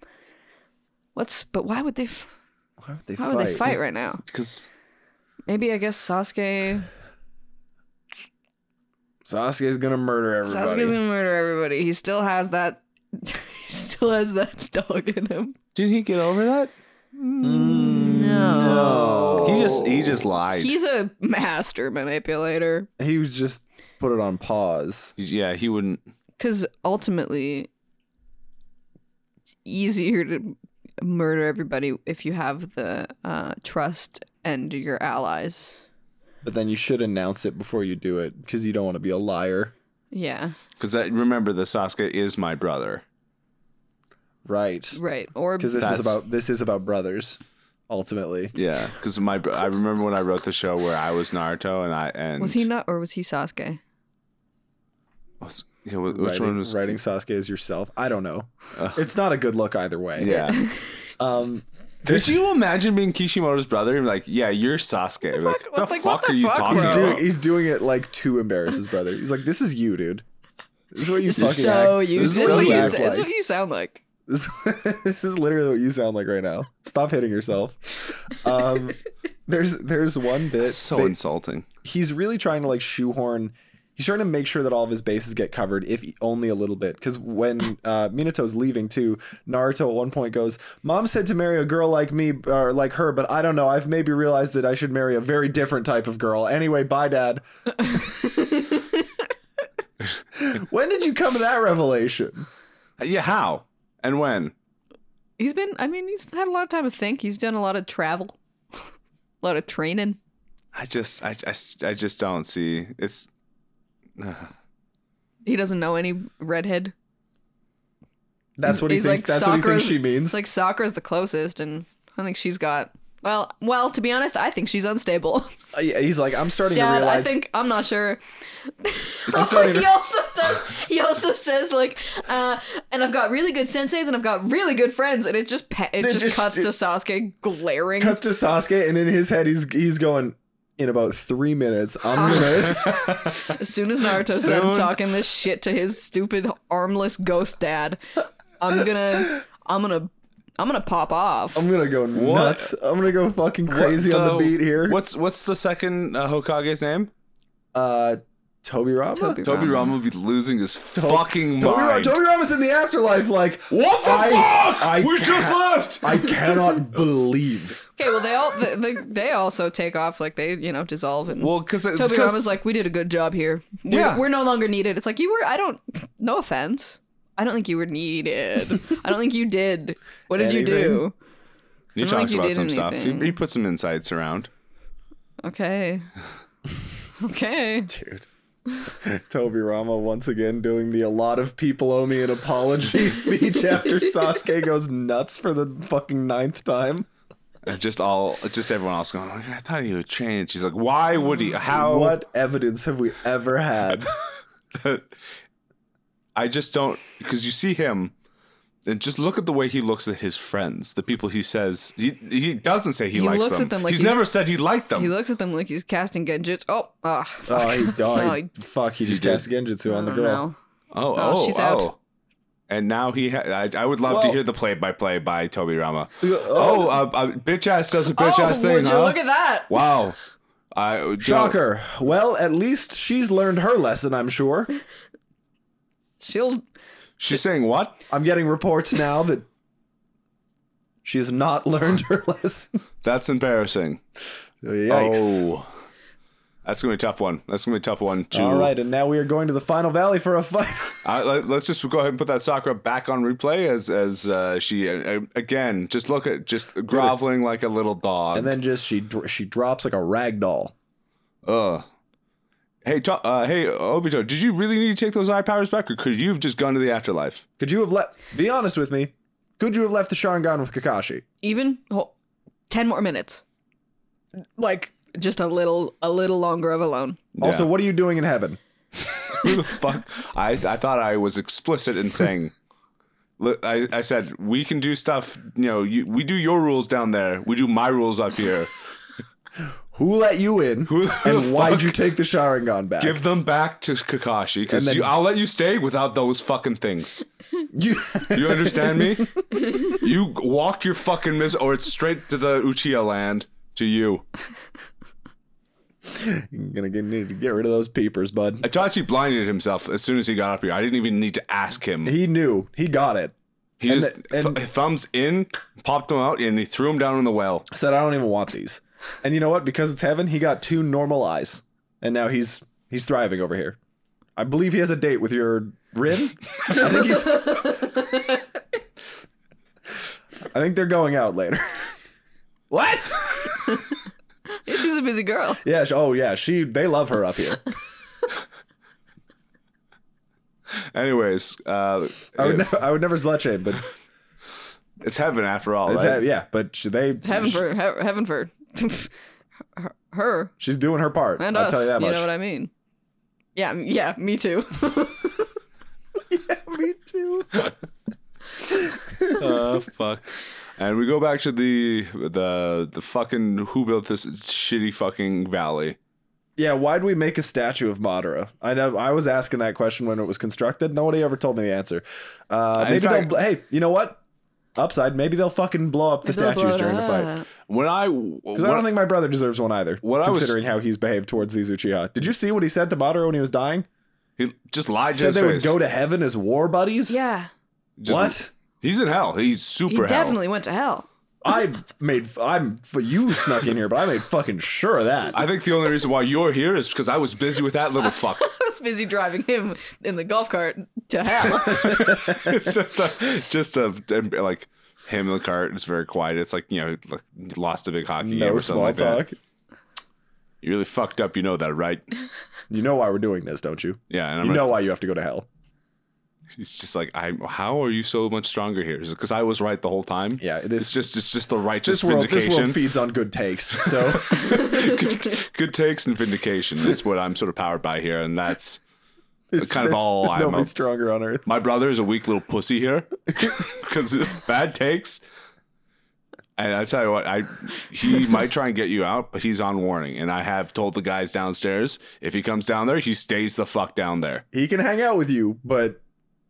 B: What's but why would they? F-
C: why would they
B: How
C: fight?
B: would they fight right now?
A: because
B: Maybe I guess Sasuke.
C: Sasuke's gonna murder everybody.
B: Sasuke's gonna murder everybody. He still has that. he still has that dog in him.
A: did he get over that
B: No.
A: he just he just lied
B: He's a master manipulator.
C: he was just put it on pause.
A: yeah he wouldn't
B: Because ultimately, it's easier to murder everybody if you have the uh, trust and your allies.
C: But then you should announce it before you do it because you don't want to be a liar.
B: Yeah,
A: because remember the sasuke is my brother
C: Right.
B: right. Or
C: Because this
A: That's-
C: is about this is about brothers, ultimately.
A: Yeah, because my br- I remember when I wrote the show where I was Naruto and I and
B: was he not? Or was he Sasuke?
A: was- yeah, wh- which
C: writing,
A: one was
C: writing Sasuke as yourself? I don't know. it's not a good look either way.
A: Yeah,
C: Um
A: could you imagine being Kishimoto's brother and be like, yeah, you're Sasuke? Like,
B: fuck-
A: the
B: like, what
A: fuck
B: the
A: are you
B: fuck,
A: talking
B: bro?
C: he's
A: about?
C: doing he's doing it like to embarrass his brother. He's like, This is you, dude. This is what you
B: This
C: fucking
B: is so
C: act-
B: you.
C: This
B: This
C: is
B: is what
C: you
B: you sa-
C: act
B: this is
C: like.
B: what you sound like.
C: This, this is literally what you sound like right now. Stop hitting yourself. Um, there's there's one bit.
A: It's so
C: they-
A: insulting.
C: he's really trying to like shoehorn. He's trying to make sure that all of his bases get covered, if only a little bit. Because when uh, Minato's leaving too, Naruto at one point goes, "Mom said to marry a girl like me or like her, but I don't know. I've maybe realized that I should marry a very different type of girl. Anyway, bye, Dad." when did you come to that revelation?
A: Yeah, how and when?
B: He's been. I mean, he's had a lot of time to think. He's done a lot of travel, a lot of training.
A: I just I, I s- I just don't see it's.
B: He doesn't know any redhead.
C: That's what he
B: He's
C: thinks.
B: like
C: That's what he
B: Sakura's-
C: thinks she means.
B: It's like Sakura's the closest, and I think she's got. Well, well, to be honest, I think she's unstable.
C: Uh, yeah, he's like, I'm starting to
B: Dad,
C: realize.
B: I think I'm not sure.
C: just not even-
B: he also does. He also says like, uh, and I've got really good senseis, and I've got really good friends, and it just pa- it just,
C: just-
B: cuts
C: it-
B: to Sasuke glaring.
C: cuts to Sasuke, and in his head, he's he's going. In about three minutes, I'm gonna.
B: As soon as Naruto's
A: Soon.
B: done talking this shit to his stupid armless ghost dad, I'm gonna, I'm gonna, I'm gonna pop off.
C: I'm gonna go nuts. I'm gonna go fucking crazy
A: What
C: on the beat here.
A: What's what's the second uh, Hokage's name?
C: Uh, Toby Rama. Toby
A: Toby Ram
B: Rama.
A: will be losing his fucking
C: Rama.
A: mind.
C: Toby Rama's in the afterlife. Like
A: what the
C: I-
A: fuck?
C: I
A: we
C: ca-
A: just left.
C: I cannot believe.
B: Okay, well they all they, they, they also take off like they you know dissolve and
A: well, because
B: Toby Rama's like we did a good job here. We're,
A: Yeah.
B: we're no longer needed. It's like you were. I don't. No offense. I don't think you were needed. I don't think you did. What did you do?
A: You
B: I don't
A: talked
B: think you
A: about
B: did
A: some stuff. He,
B: anything.
A: he put some insights around.
B: Okay. Okay.
C: Dude. Toby Rama once again doing the a lot of people owe me an apology speech after Sasuke goes nuts for the fucking ninth time.
A: And just all, just everyone else going. Like, I thought he would change. He's like, why would he? How?
C: What evidence have we ever had?
A: I just don't. Because you see him, And just look at the way he looks at his friends, the people he says he, he doesn't say he,
B: He
A: likes
B: looks
A: them.
B: at them like
A: he's,
B: he's-
A: never said he liked them.
B: He looks at them like he's casting genjutsu. Oh, ah, fuck.
C: Oh, he
B: Oh,
C: died.
B: he-
C: Fuck, he just
A: did.
C: cast Genjutsu on the
B: Oh,
C: girl.
B: no.
A: oh,
B: Oh,
A: oh,
B: she's
A: oh.
B: out.
A: And now he. Ha- I, I would love to
C: Well-
A: hear the play-by-play by Toby Rama.
C: Oh,
A: Oh, uh, uh, bitch ass does a bitch
B: oh,
A: ass thing,
B: would you
A: huh?
B: look at that?
A: wow. I
C: shocker. Well, at least she's learned her lesson, I'm sure.
B: She'll.
A: She's saying what?
C: I'm getting reports now that she has not learned her lesson.
A: That's embarrassing.
C: Yikes.
A: Oh. That's gonna be a tough one. That's gonna be a tough one too.
C: All right, and now we are going to the final valley for a fight.
A: I, let- let's just go ahead and put that Sakura back on replay as as uh, she uh, again just look at just groveling like a little dog.
C: And then just she dr- she drops like a rag doll.
A: Ugh. Hey, to- uh, hey, Obito, did you really need to take those eye powers back, or could you have just gone to the afterlife?
C: Could you have let? Be honest with me. Could you have left the Sharingan with Kakashi?
B: even ho- 10 more minutes like just a little a little longer of alone
C: Also,
A: Yeah.
C: what are you doing in heaven?
A: Who the fuck? I, I thought I was explicit in saying. Look, I, I said we can do stuff. You know, you, we do your rules down there. We do my rules up here.
C: Who let you in?
A: Who the
C: and why'd
A: fuck-
C: you take the Sharingan back?
A: Give them back to Kakashi because
C: And then-
A: I'll let you stay without those fucking things.
C: you
A: You understand me? you walk your fucking miss, or it's straight to the Uchiha land to you.
C: I'm gonna get, need to get rid of those peepers, bud.
A: Itachi blinded himself as soon as he got up here. I didn't even need to ask him.
C: He knew. He got it.
A: He
C: and
A: just
C: the- and-
A: th- thumbs in, popped him out, and he threw him down in the well.
C: Said, I don't even want these. And you know what? Because it's heaven, he got two normal eyes, and now he's he's thriving over here. I believe he has a date with your Rin. I think he's. I think they're going out later. what?
B: she's a busy girl
C: Yeah. sh- Oh, yeah. She. They love her up here.
A: Anyways, uh,
C: I would. Never, I would never slut shame, but
A: it's heaven after all,
C: it's,
A: right?
C: he- yeah. But she, they.
B: heaven
C: sh-
B: for he- heaven for her- her
C: She's doing her part.
B: and
C: I'll
B: us
C: tell you that much.
B: know what i mean yeah m- yeah me too
C: Me too.
A: Uh, fuck. And we go back to the the the fucking who built this shitty fucking valley.
C: Yeah, why'd we make a statue of Madara? I know I was asking that question when it was constructed. Nobody ever told me the answer. Uh,
A: In
C: maybe
A: fact-
C: they'll. Hey, you know what? Upside, maybe they'll fucking blow up the statues during the fight.
A: When I
C: Because I don't think my brother deserves one either.
A: What I was-
C: considering how he's behaved towards these Uchiha. Did you see what he said to Madara when he was dying?
A: he just lied to
C: Said
A: his
C: they would
A: face.
C: go to heaven as war buddies.
B: yeah
A: Just-
C: what?
A: He's in hell. He's
B: he
A: super hell.
B: definitely went to hell
C: I made. I'm. You snuck in here, but I made fucking sure of that.
A: I think the only reason why you're here is because I was busy with that little fuck.
B: i was busy driving him in the golf cart to hell
A: it's just a, just a like him in the cart. It's very quiet. It's like you know, like lost a big hockey game
C: no
A: or something
C: small
A: like
C: talk.
A: that. You really fucked up. You know that, right?
C: You know why we're doing this, don't you?
A: Yeah, and I'm
C: You
A: like-
C: know why you have to go to hell.
A: It's just like I. How are you so much stronger here? Is it because I was right the whole time?
C: Yeah, this-
A: it's just it's just the
C: This
A: righteous
C: world, this world
A: vindication.
C: feeds on good takes. So.
A: good, good takes and vindication is what I'm sort of powered by here, and that's
C: There's-
A: kind of
C: there's-
A: all
C: there's
A: I'm
C: nobody
A: a-
C: stronger on earth.
A: my brother is a weak little pussy here because bad takes. And I tell you what, I he might try and get you out, but he's on warning. And I have told the guys downstairs if he comes down there, he stays the fuck down there.
C: He can hang out with you, but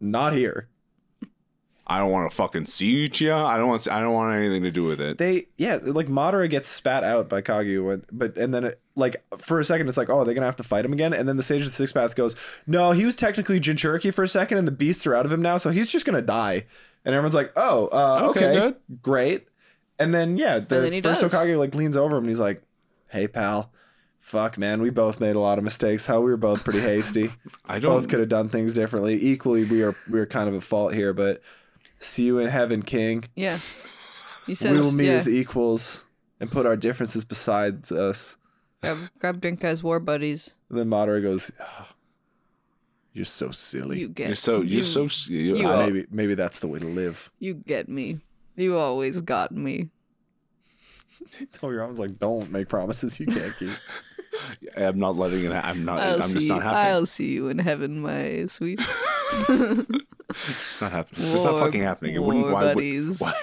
C: not here.
A: I don't want to fucking see Uchiha. I don't want. I don't want anything to do with it.
C: They yeah, like Madara gets spat out by Kaguya, when, but and then it, like for a second it's like, oh, they're gonna have to fight him again, and then the Sage of the Six Paths goes, no, he was technically Jinchuriki for a second, and the beasts are out of him now, so he's just gonna die. And everyone's like, oh, uh,
A: Okay,
C: okay, great. And then yeah, the
B: then he
C: first
B: does.
C: Okage like leans over him and he's like, hey pal, fuck man, we both made a lot of mistakes. How we were both pretty hasty.
A: I
C: both
A: don't.
C: could have done things differently. Equally, we are we are kind of at fault here, but see you in heaven, King.
B: yeah he says
C: We will meet
B: yeah,
C: as equals and put our differences beside us.
B: grab, grab drink as war buddies
C: And then Madara goes, "Ah, "You're so silly.
B: you get
A: You're so. You're
B: you-
A: so. s- You,
B: you
A: I-
C: Ah,
B: are.
C: maybe maybe that's the way to live."
B: You get me. You always got me.
C: Toby Robin's like, "Don't make promises you can't keep."
A: I'm not letting it. ha- I'm not.
B: I'll
A: I'm
B: Oh, see.
A: just not happy.
B: I'll see you in heaven, my sweet.
A: It's not happening. It's just not
B: War-
A: fucking happening. It wouldn't.
B: war
A: Why would,
B: buddies.
A: why,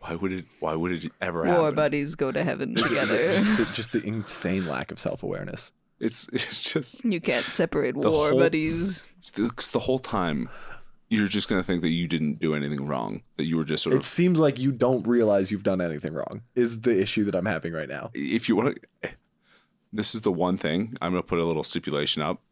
A: why would it? Why would it ever
B: War
A: happen?
B: buddies go to heaven together.
C: just, the, just the insane lack of self awareness.
A: It's, it's just
B: you can't separate
A: The
B: war
A: whole-
B: buddies.
A: it's the whole time. You're just gonna think that you didn't do anything wrong. That you were just sort
C: It
A: of.
C: seems like you don't realize you've done anything wrong. Is the issue that I'm having right now?
A: If you want to, this is the one thing I'm gonna put a little stipulation up.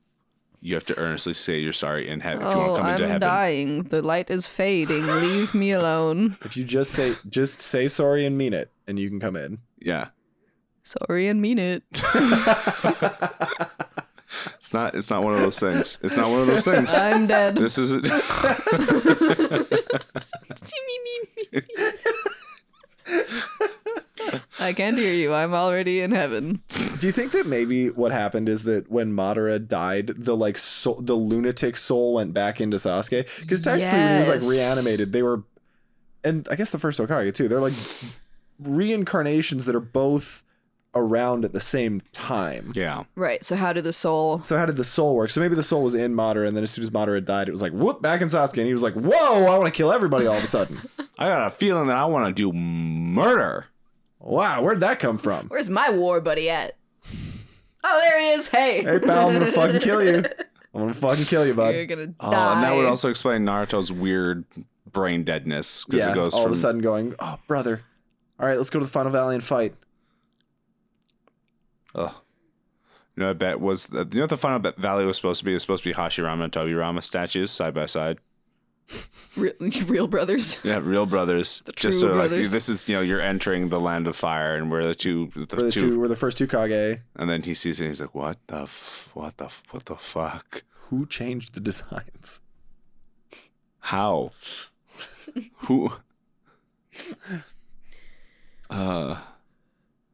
A: You have to earnestly say you're sorry in heaven if you want
B: Oh,
A: to come
B: I'm
A: into heaven.
B: dying. The light is fading. Leave me alone.
C: If you just say just say sorry and mean it, and you can come in.
A: Yeah,
B: Sorry and mean it.
A: it's not. It's not one of those things. It's not one of those things.
B: I'm dead.
A: This is it.
B: I can't hear you. I'm already in heaven.
C: Do you think that maybe what happened is that when Madara died, the like soul, the lunatic soul went back into Sasuke? Because technically, when he was
B: Yes.
C: like reanimated, they were, and I guess the first Okage too. They're like reincarnations that are both around at the same time.
A: Yeah.
B: Right. So how did the soul?
C: So how did the soul work? So maybe the soul was in Madara, and then as soon as Madara died, it was like whoop back in Sasuke, and he was like, "Whoa, I want to kill everybody all of a sudden."
A: I got a feeling that I want to do murder.
C: wow, where'd that come from?
B: Where's my war buddy at? Oh, there he is. Hey.
C: Hey pal, I'm gonna fucking kill you. I'm gonna fucking kill you,
B: You're
C: bud.
B: gonna die.
A: Oh, and that would also explain Naruto's weird brain deadness because
C: Yeah,
A: it goes
C: all
A: from
C: of a sudden going, "Oh brother, all right, let's go to the final valley and fight."
A: Ugh. You know, I bet was you know what the final bet valley was supposed to be? It was supposed to be Hashirama and Tobirama statues side by side.
B: Re- real brothers.
A: Yeah, real brothers. just
B: true
A: so like
B: brothers.
A: this is you know you're entering the land of fire, and we're the two, the,
C: We're the
A: two,
C: two, we're the first two Kage.
A: and then he sees it, and he's like, what the, f- what the, f- what the fuck?
C: Who changed the designs?
A: How? Who? Uh,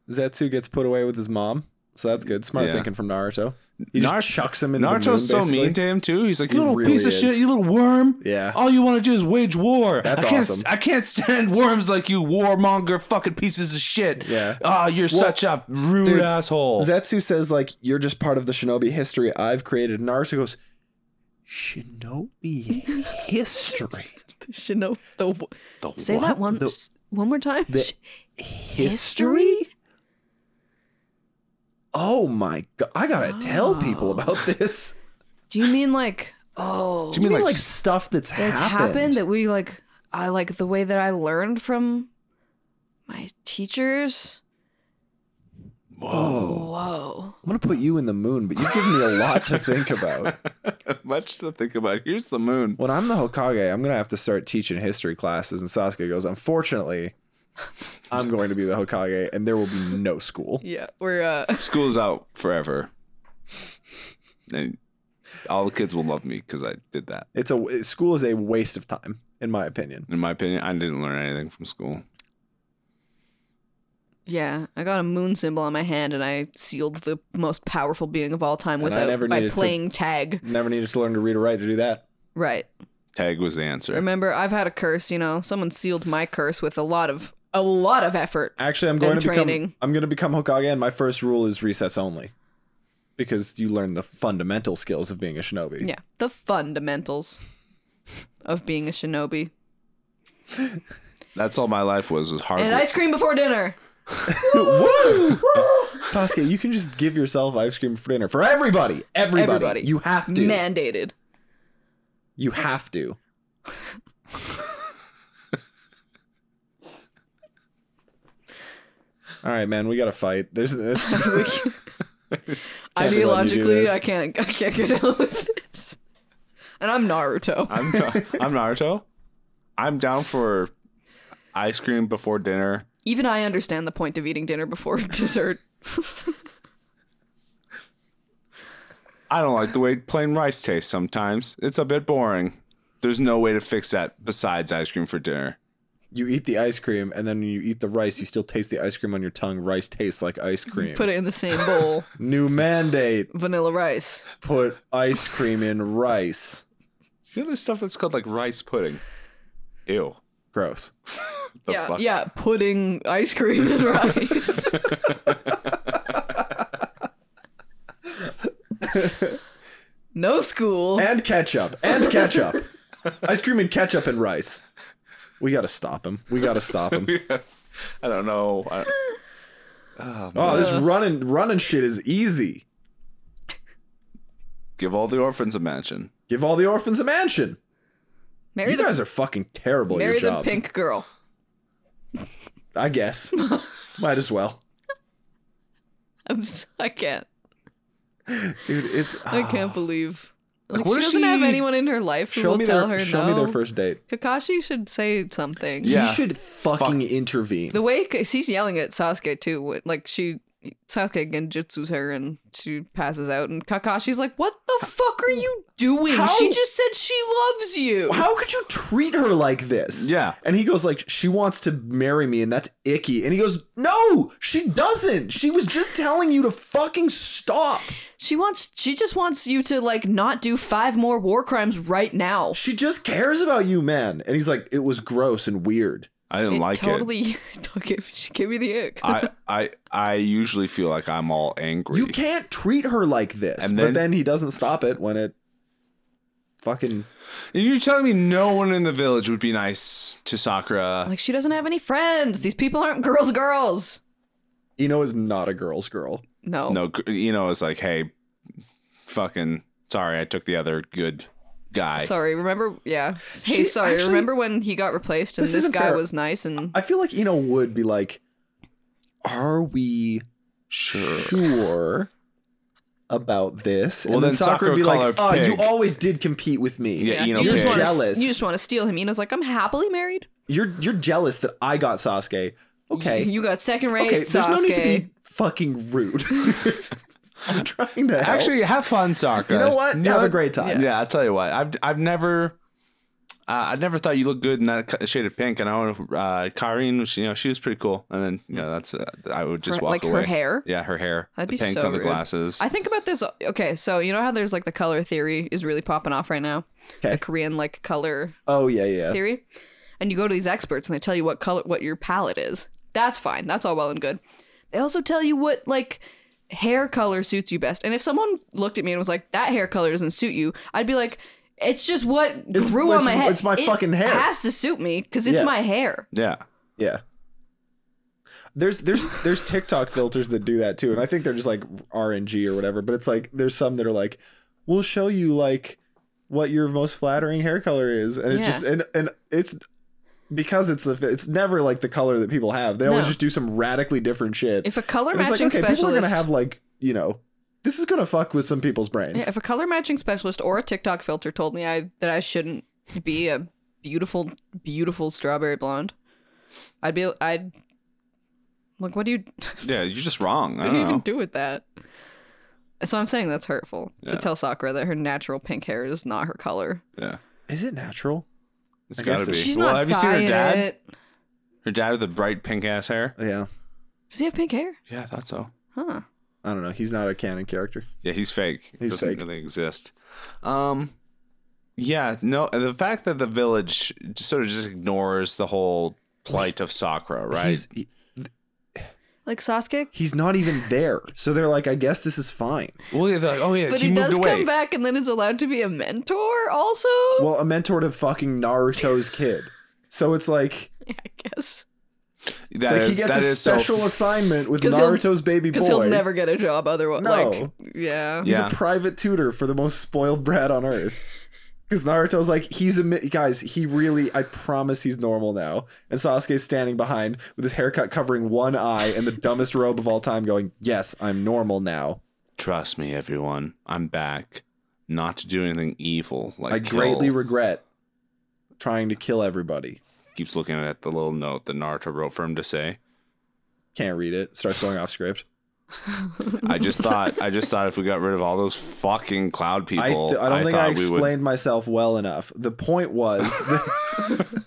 C: Zetsu gets put away with his mom, so that's good. Smart
A: Yeah.
C: thinking from Naruto. He just
A: Nar-
C: chucks him in the moon,
A: Naruto's so
C: basically.
A: mean to him too. He's like, you
C: He
A: little
C: really
A: piece of
C: is.
A: shit, you little worm.
C: Yeah.
A: All you want to do is wage war.
C: That's
A: I can't,
C: awesome.
A: I can't stand worms like you, warmonger fucking pieces of shit.
C: Yeah.
A: Ah, you're such a rude
C: dude,
A: asshole.
C: Zetsu says like you're just part of the shinobi history I've created. And Naruto goes, shinobi history,
B: Shino- the w-
A: The
B: Say that one
C: The-
B: just one more time.
C: the
B: Sh-
C: history. Oh my god! I gotta tell people
B: Ah.
C: about this.
B: Do you mean like oh?
A: Do
C: You
A: you
C: mean like,
A: like,
C: stuff that's,
B: that's happened.
C: happened?
B: that we like I like the way that I learned from my teachers.
A: whoa?
B: Whoa.
C: I'm gonna put you in the moon, but you've given me a lot to think about.
A: Much to think about. Here's the moon.
C: When I'm the Hokage, I'm gonna have to start teaching history classes. And Sasuke goes, unfortunately, I'm going to be the Hokage, and there will be no school.
B: Yeah, we're uh
A: School's out forever. And all the kids will love me because I did that.
C: It's a school is a waste of time, in my opinion.
A: In my opinion, I didn't learn anything from school.
B: yeah, I got a moon symbol on my hand and I sealed the most powerful being of all time
C: And I
B: without
C: never
B: by
C: needed to-
B: playing tag.
C: Never needed to learn to read or write to do that.
B: Right.
A: Tag was the answer.
B: Remember, I've had a curse, you know. Someone sealed my curse with a lot of a lot of effort.
C: Actually, I'm going
B: And
C: to become
B: training.
C: I'm going to become Hokage, and my first rule is recess only, because you learn the fundamental skills of being a shinobi.
B: Yeah, the fundamentals of being a shinobi.
A: That's all my life was, was hard
B: And
A: work.
B: ice cream before dinner.
C: Woo! Sasuke, you can just give yourself ice cream for dinner for everybody. Everybody,
B: Everybody.
C: you have to.
B: Mandated.
C: You have to. All right, man, we got to fight. There's this. Can't be letting you do
B: Ideologically,
C: this.
B: I can't. I can't get down with this. And I'm Naruto.
A: I'm I'm Naruto. I'm down for ice cream before dinner.
B: Even I understand the point of eating dinner before dessert.
A: I don't like the way plain rice tastes sometimes. It's a bit boring. There's no way to fix that besides ice cream for dinner.
C: you eat the ice cream, and then when you eat the rice, you still taste the ice cream on your tongue. Rice tastes like ice cream.
B: Put it in the same bowl.
C: New mandate.
B: Vanilla rice.
C: put ice cream in rice.
A: You know there's stuff that's called like rice pudding. Ew.
C: Gross.
A: The
B: yeah,
A: fuck?
B: yeah. Pudding, ice cream, and rice. no school.
C: And ketchup. And ketchup. Ice cream and ketchup and rice. We gotta stop him. We gotta stop him.
A: I don't know. I,
C: Oh, this running running shit is easy.
A: give all the orphans a mansion.
C: Give all the orphans a mansion.
B: Marry
C: You
B: the
C: guys are fucking terrible at your
B: marry the
C: jobs.
B: pink girl.
C: I guess. Might as well.
B: I'm so, I can't.
C: Dude, it's
B: I can't believe. Like,
C: Ah. what
B: she
C: is
B: doesn't have
C: she-
B: anyone in her life who
C: show
B: will
C: me
B: tell
C: their
B: her
C: show
B: no.
C: me their first date.
B: Kakashi should say something.
A: Yeah.
C: He should fucking intervene.
B: The way cause he's yelling at Sasuke too, wh- like she Sasuke genjutsus her and she passes out, and Kakashi's like, "What the fuck are you doing?
C: How-
B: She just said she loves you."
C: How could you treat her like this?
A: Yeah.
C: And he goes like, she wants to marry me, and that's icky. And he goes, no, she doesn't. She was just telling you to fucking stop.
B: She wants, she just wants you to like not do five more war crimes right now.
C: She just cares about you, man. And he's like, it was gross and weird.
A: I didn't like it.
B: totally, don't give, she gave me the ick.
A: I, I I usually feel like I'm all angry.
C: You can't treat her like this.
A: And
C: but
A: then-
C: then he doesn't stop it when it fucking.
A: You're telling me no one in the village would be nice to Sakura.
B: like she doesn't have any friends. These people aren't girls, girls.
C: Eno is not a girl's girl.
B: No,
A: No, you know, it's like, hey, fucking, sorry, I took the other good guy.
B: Sorry, remember? Yeah. Hey,
C: She-
B: sorry.
C: actually-
B: remember when he got replaced and
C: This
B: this
C: isn't
B: guy
C: fair.
B: was nice and
C: I feel like Eno would be like, are we
A: Sure.
C: sure about this.
A: Well,
C: and then,
A: then
C: Sakura would be
A: Sakura
C: like,
A: call
C: oh,
A: her
C: you
A: pig."
C: always did compete with me.
A: Yeah, Eno
B: you,
A: pig.
B: just wanna,
C: Jealous.
B: you just want to steal him. Ina's like, I'm happily married.
C: You're you're jealous that I got Sasuke. Okay.
B: You got second rate,
C: okay,
B: Sasuke.
C: there's no need to be fucking rude. I'm trying to help.
A: Actually, have fun, Sakura.
C: You know what? Have a great time.
A: Yeah, I'll tell you what. I've I've never. Uh, I never thought you looked good in that co- shade of pink, and I want uh, Kareen, which you know she was pretty cool. And then you know that's uh, I would just
B: Her-
A: walk
B: like her
A: away.
B: hair?
A: yeah, her hair,
B: That'd
A: the
B: be
A: pink
B: so
A: on the
B: rude.
A: glasses.
B: I think about this. Okay, so you know how there's like the color theory is really popping off right now.
C: Okay.
B: The Korean like color
C: Oh yeah, yeah.
B: theory, and you go to these experts and they tell you what color, what your palette is. That's fine. That's all well and good. They also tell you what like hair color suits you best. And if someone looked at me and was like, "That hair color doesn't suit you," I'd be like, "It's just what grew
C: it's-
B: on my head.
C: it's my
B: It
C: fucking hair."
B: Has to suit me because it's
C: Yeah.
B: my hair."
A: yeah,
C: Yeah. There's there's there's TikTok filters that do that too, and I think they're just like RNG or whatever. But it's like there's some that are like, we'll show you like what your most flattering hair color is, and it
B: Yeah.
C: just and and it's because it's a it's never like the color that people have. They always
B: No.
C: just do some radically different shit.
B: If a color
C: And it's like,
B: matching
C: okay, people are
B: specialist,
C: gonna have like you know, this is gonna fuck with some people's brains.
B: yeah, if a color matching specialist or a TikTok filter told me I that I shouldn't be a beautiful, beautiful strawberry blonde, I'd be, I'd like, what do you?
A: yeah, you're just wrong. I
B: What
A: don't
B: do you
A: know.
B: even do with that? So I'm saying that's hurtful
A: Yeah.
B: to tell Sakura that her natural pink hair is not her color.
A: yeah,
C: Is it natural?
A: it's
C: I guess
A: gotta be.
C: it's-
B: She's
A: well,
B: not.
A: have you seen her
B: buying
A: dad?
B: It.
A: Her dad with the bright pink ass hair.
C: Yeah,
B: Does he have pink hair?
A: Yeah, I thought so.
B: Huh.
C: I don't know. He's not a canon character.
A: Yeah, he's fake. He
C: He's
A: doesn't
C: fake.
A: really exist. Um yeah, no, the fact that the village just sort of just ignores the whole plight of Sakura, right?
C: He's- he-
B: Like Sasuke?
C: he's not even there. So they're like, I guess this is fine.
A: well, yeah, they're like, oh yeah,
B: But
A: he,
B: he,
A: moved
B: does
A: away.
B: come back and then is allowed to be a mentor also?
C: Well, a mentor to fucking Naruto's kid. So it's like,
B: Yeah, I guess.
A: That
C: like
A: is-
C: he gets
A: that
C: a
A: is so-
C: special assignment with
B: 'Cause he'll-
C: Naruto's baby boy.
B: Because he'll never get a job otherwise.
C: No.
B: Like, yeah.
C: He's
A: Yeah.
C: a private tutor for the most spoiled brat on earth. Because Naruto's like, he's a mi- guys. He really, I promise, he's normal now. And Sasuke's standing behind with his haircut covering one eye and the dumbest robe of all time, going, "Yes, I'm normal now.
A: Trust me, everyone, I'm back. Not to do anything evil. Like
C: I greatly
A: he'll-
C: regret trying to kill everybody."
A: keeps looking at the little note that Naruto wrote for him to say.
C: Can't read it. Starts going off script.
A: I just thought I just thought if we got rid of all those fucking cloud people,
C: I, th- I don't think
A: thought
C: I
A: we
C: explained
A: would
C: myself well enough. The point was, that-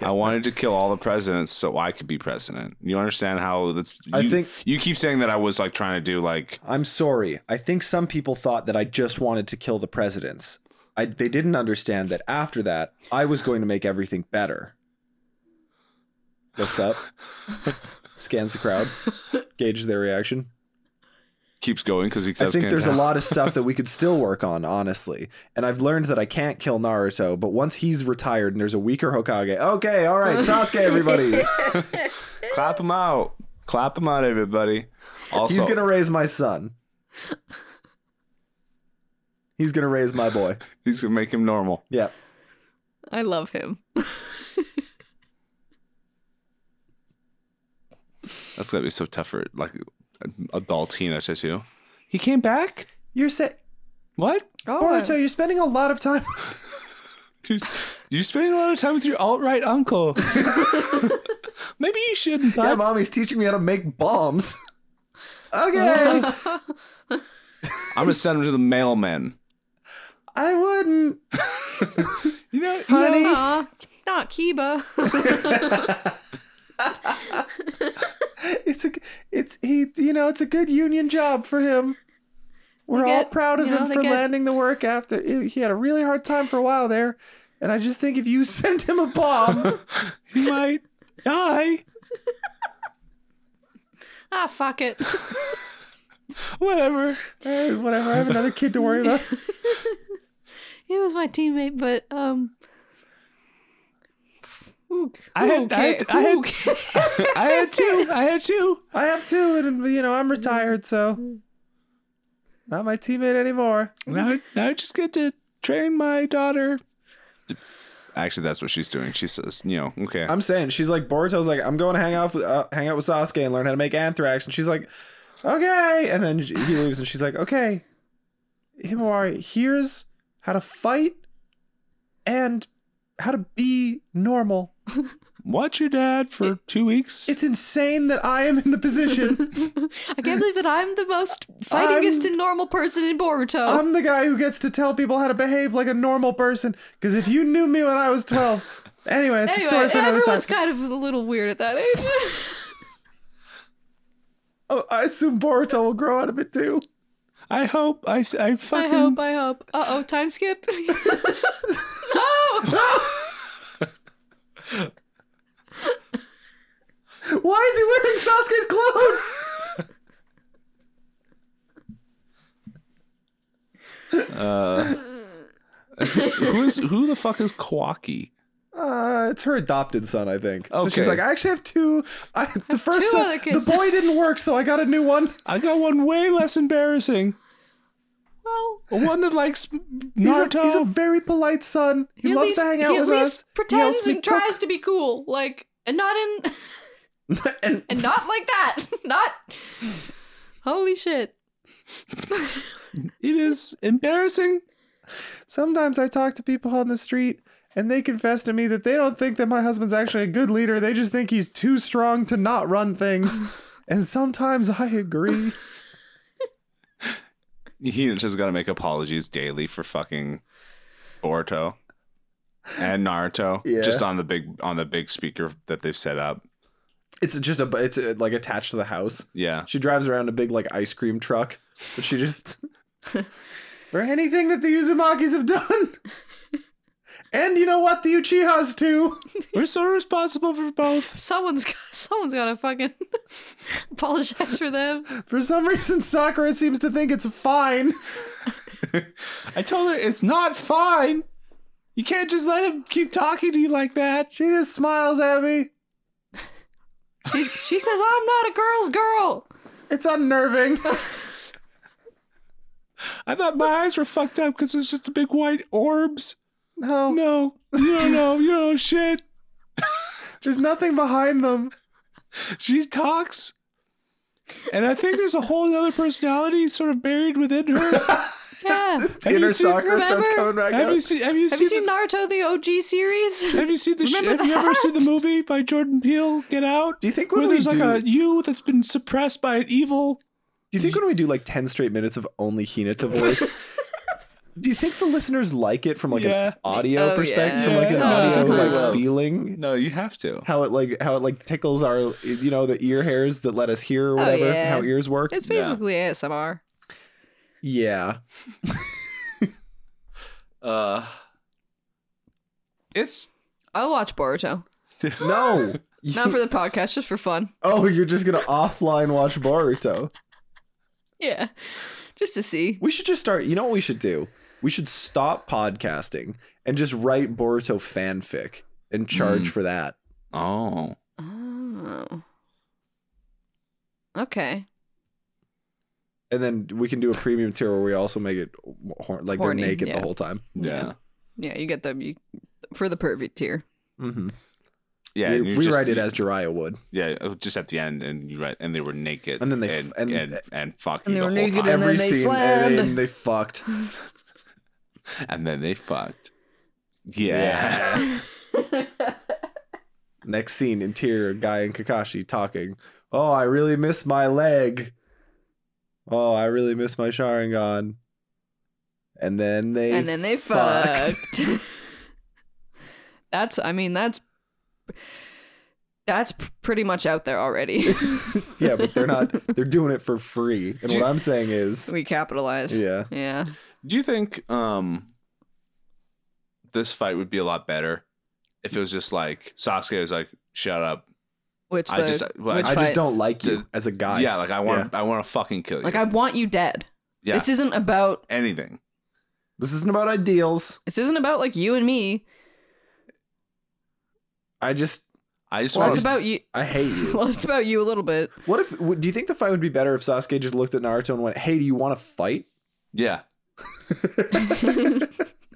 A: I wanted to kill all the presidents so I could be president. You understand how that's? You,
C: I think-
A: you keep saying that I was like trying to do like
C: I'm sorry. I think some people thought that I just wanted to kill the presidents. I, they didn't understand that after that, I was going to make everything better. Looks up, scans the crowd, gauges their reaction.
A: keeps going because he
C: I
A: does
C: think
A: can't
C: there's a
A: tell.
C: lot of stuff that we could still work on, honestly. And I've learned that I can't kill Naruto, but once he's retired and there's a weaker Hokage, okay, all right, Sasuke, everybody,
A: Clap him out. Clap him out, everybody. Also,
C: he's gonna raise my son. He's gonna raise my boy.
A: he's gonna make him normal.
C: Yeah.
B: I love him.
A: That's gonna be so tough for like an adult teenager too. He came back.
C: You're sa-
A: What?
B: Oh,
C: Boruto, you're spending a lot of time.
A: You're, you're spending a lot of time with your alt right uncle. Maybe you shouldn't.
C: yeah,
A: bud.
C: mommy's teaching me how to make bombs. okay.
A: I'm gonna send him to the mailman.
C: I wouldn't.
A: You know, you
C: Honey.
A: know-
B: Aw, not Kiba.
C: It's a it's he you know, it's a good union job for him. We're
B: They
C: all
B: get-
C: proud of
B: you know,
C: him
B: they
C: for
B: get-
C: landing the work after he had a really hard time for a while there. And I just think if you send him a bomb,
A: he might die.
B: ah, fuck it.
A: Whatever.
C: eh, whatever, I have another kid to worry about.
B: He was my teammate, but um. Who,
A: I had- I had- I had- I had two. I had two.
C: I have two, and you know I'm retired, so not my teammate anymore.
A: Now, I- now I just get to train my daughter. Actually, that's what she's doing. She says, you know, okay.
C: I'm saying she's like Boruto's like I'm going to hang out with uh, hang out with Sasuke and learn how to make anthrax, and she's like, okay, and then he leaves, and she's like, okay, Himawari, here's how to fight and how to be normal.
A: Watch your dad for two weeks.
C: It's insane that I am in the position.
B: I can't believe that I'm the most fightingest and normal person in Boruto.
C: I'm the guy who gets to tell people how to behave like a normal person. Because if you knew me when I was 12, anyway, it's a story
B: anyway,
C: for another time.
B: everyone's kind of a little weird at that age.
C: Oh, I assume Boruto will grow out of it too.
A: I hope. I, s- I
B: I
A: fucking.
B: hope. I hope. Uh oh, time skip. no.
C: Why is he wearing Sasuke's clothes?
A: Who's who the fuck is Kwaki?
C: Uh, it's her adopted son, I think. So
A: Okay.
C: she's like, I actually have two. I, the first
B: two
C: one,
B: other
C: the
B: kids."
C: boy didn't work, so I got a new one.
A: I got one way less embarrassing.
B: Well,
A: One that likes
C: He's a,
A: Naruto.
C: he's a very polite son. He,
B: he at
C: loves
B: least,
C: to hang out
B: he
C: with
B: at least
C: us. He helps
B: pretends
C: me
B: and tries to be cool, like, and not in,
C: cook. and
B: and not like that. Not. Holy shit.
A: it is embarrassing.
C: sometimes I talk to people on the street, and they confess to me that they don't think that my husband's actually a good leader. They just think he's too strong to not run things. and sometimes I agree.
A: He just got to make apologies daily for fucking Boruto and Naruto.
C: Yeah.
A: Just on the big on the big speaker that they've set up.
C: It's just a. It's uh like attached to the house.
A: Yeah.
C: She drives around a big like ice cream truck, but she just for anything that the Uzumakis have done. And you know what? The Uchihas too.
A: We're so responsible for both.
B: Someone's got, someone's got to fucking apologize for them.
C: For some reason, Sakura seems to think it's fine.
A: I told her it's not fine. You can't just let him keep talking to you like that.
C: She just smiles at me.
B: She, she says, "I'm not a girl's girl."
C: It's unnerving.
A: I thought my eyes were fucked up because it's just the big white orbs.
C: No,
A: No, you don't know. You don't know shit.
C: there's nothing behind them.
A: She talks. And I think there's a whole other personality sort of buried within her.
B: Yeah.
A: Have you seen-
B: remember?
C: back
A: Have you seen? Have you
B: Have
A: seen?
B: you seen
A: the,
B: Naruto the OG series?
A: have you seen the? Sh-
B: Remember
A: have you ever
B: that?
A: seen the movie by Jordan Peele, Get Out?
C: Do you think
A: Where
C: when we
A: there's
C: do?
A: like a you that's been suppressed by an evil.
C: do you think when we do like ten straight minutes of only Hinata voice? do you think the listeners like it from like
A: Yeah.
C: an audio
B: Oh,
C: perspective,
B: yeah.
C: from like an
A: Yeah. Oh,
C: audio
A: Yeah.
C: like feeling?
A: No, you have to.
C: how it like how it like tickles our you know the ear hairs that let us hear or whatever
B: Oh, yeah.
C: how ears work
B: It's
A: Yeah.
B: basically ASMR.
C: yeah
A: Uh, it's
B: I'll watch Boruto.
C: no You-
B: Not for the podcast, just for fun.
C: oh you're just gonna offline watch boruto
B: Yeah. Just to see.
C: We should just start. You know what we should do? We should stop podcasting and just write Boruto fanfic and charge
A: Mm.
C: for that.
A: Oh.
B: Oh. Okay.
C: And then we can do a premium tier where we also make it hor- like
B: Horny,
C: they're naked
B: yeah.
C: the whole time.
A: Yeah.
B: Yeah, you get the you, for the pervy tier.
C: Mm-hmm.
A: Yeah.
C: we
A: and you
C: rewrite
A: just-
C: it as Jiraiya would.
A: Yeah, it was just at the end, and you right, and they were naked,
C: And then they f-
A: and
C: and-
A: and, and, fucking
B: And they
A: the
B: were
A: whole
B: naked
A: time.
B: and- then they
C: and
B: slammed.
C: then they fucked.
A: and then they fucked. Yeah,
C: Next scene, interior guy and Kakashi talking. Oh, I really miss my leg. Oh, I really miss my Sharingan. And then they
B: and then they
C: fucked.
B: fucked. that's I mean that's that's p- pretty much out there already.
C: yeah, but they're not. They're doing it for free. And
A: Do
C: what
A: you-
C: I'm saying is,
B: we capitalize.
C: yeah,
B: Yeah.
A: Do you think um this fight would be a lot better if it was just like Sasuke was like, "Shut up."
B: Which
A: I
B: the
A: just uh, well,
B: which
A: I,
C: I
B: fight.
C: just don't like you
A: The-
C: as a guy.
A: yeah, like I want I want to fucking kill you.
B: like I want you dead.
A: yeah,
B: This isn't about
A: anything.
C: This isn't about ideals.
B: this isn't about like you and me.
C: I just
A: I just
B: Well,
A: want
B: it's
A: to.
B: about you.
C: I hate you.
B: Well, it's about you a little bit.
C: What if? w- Do you think the fight would be better if Sasuke just looked at Naruto and went, "Hey, do you want to fight?"
A: yeah,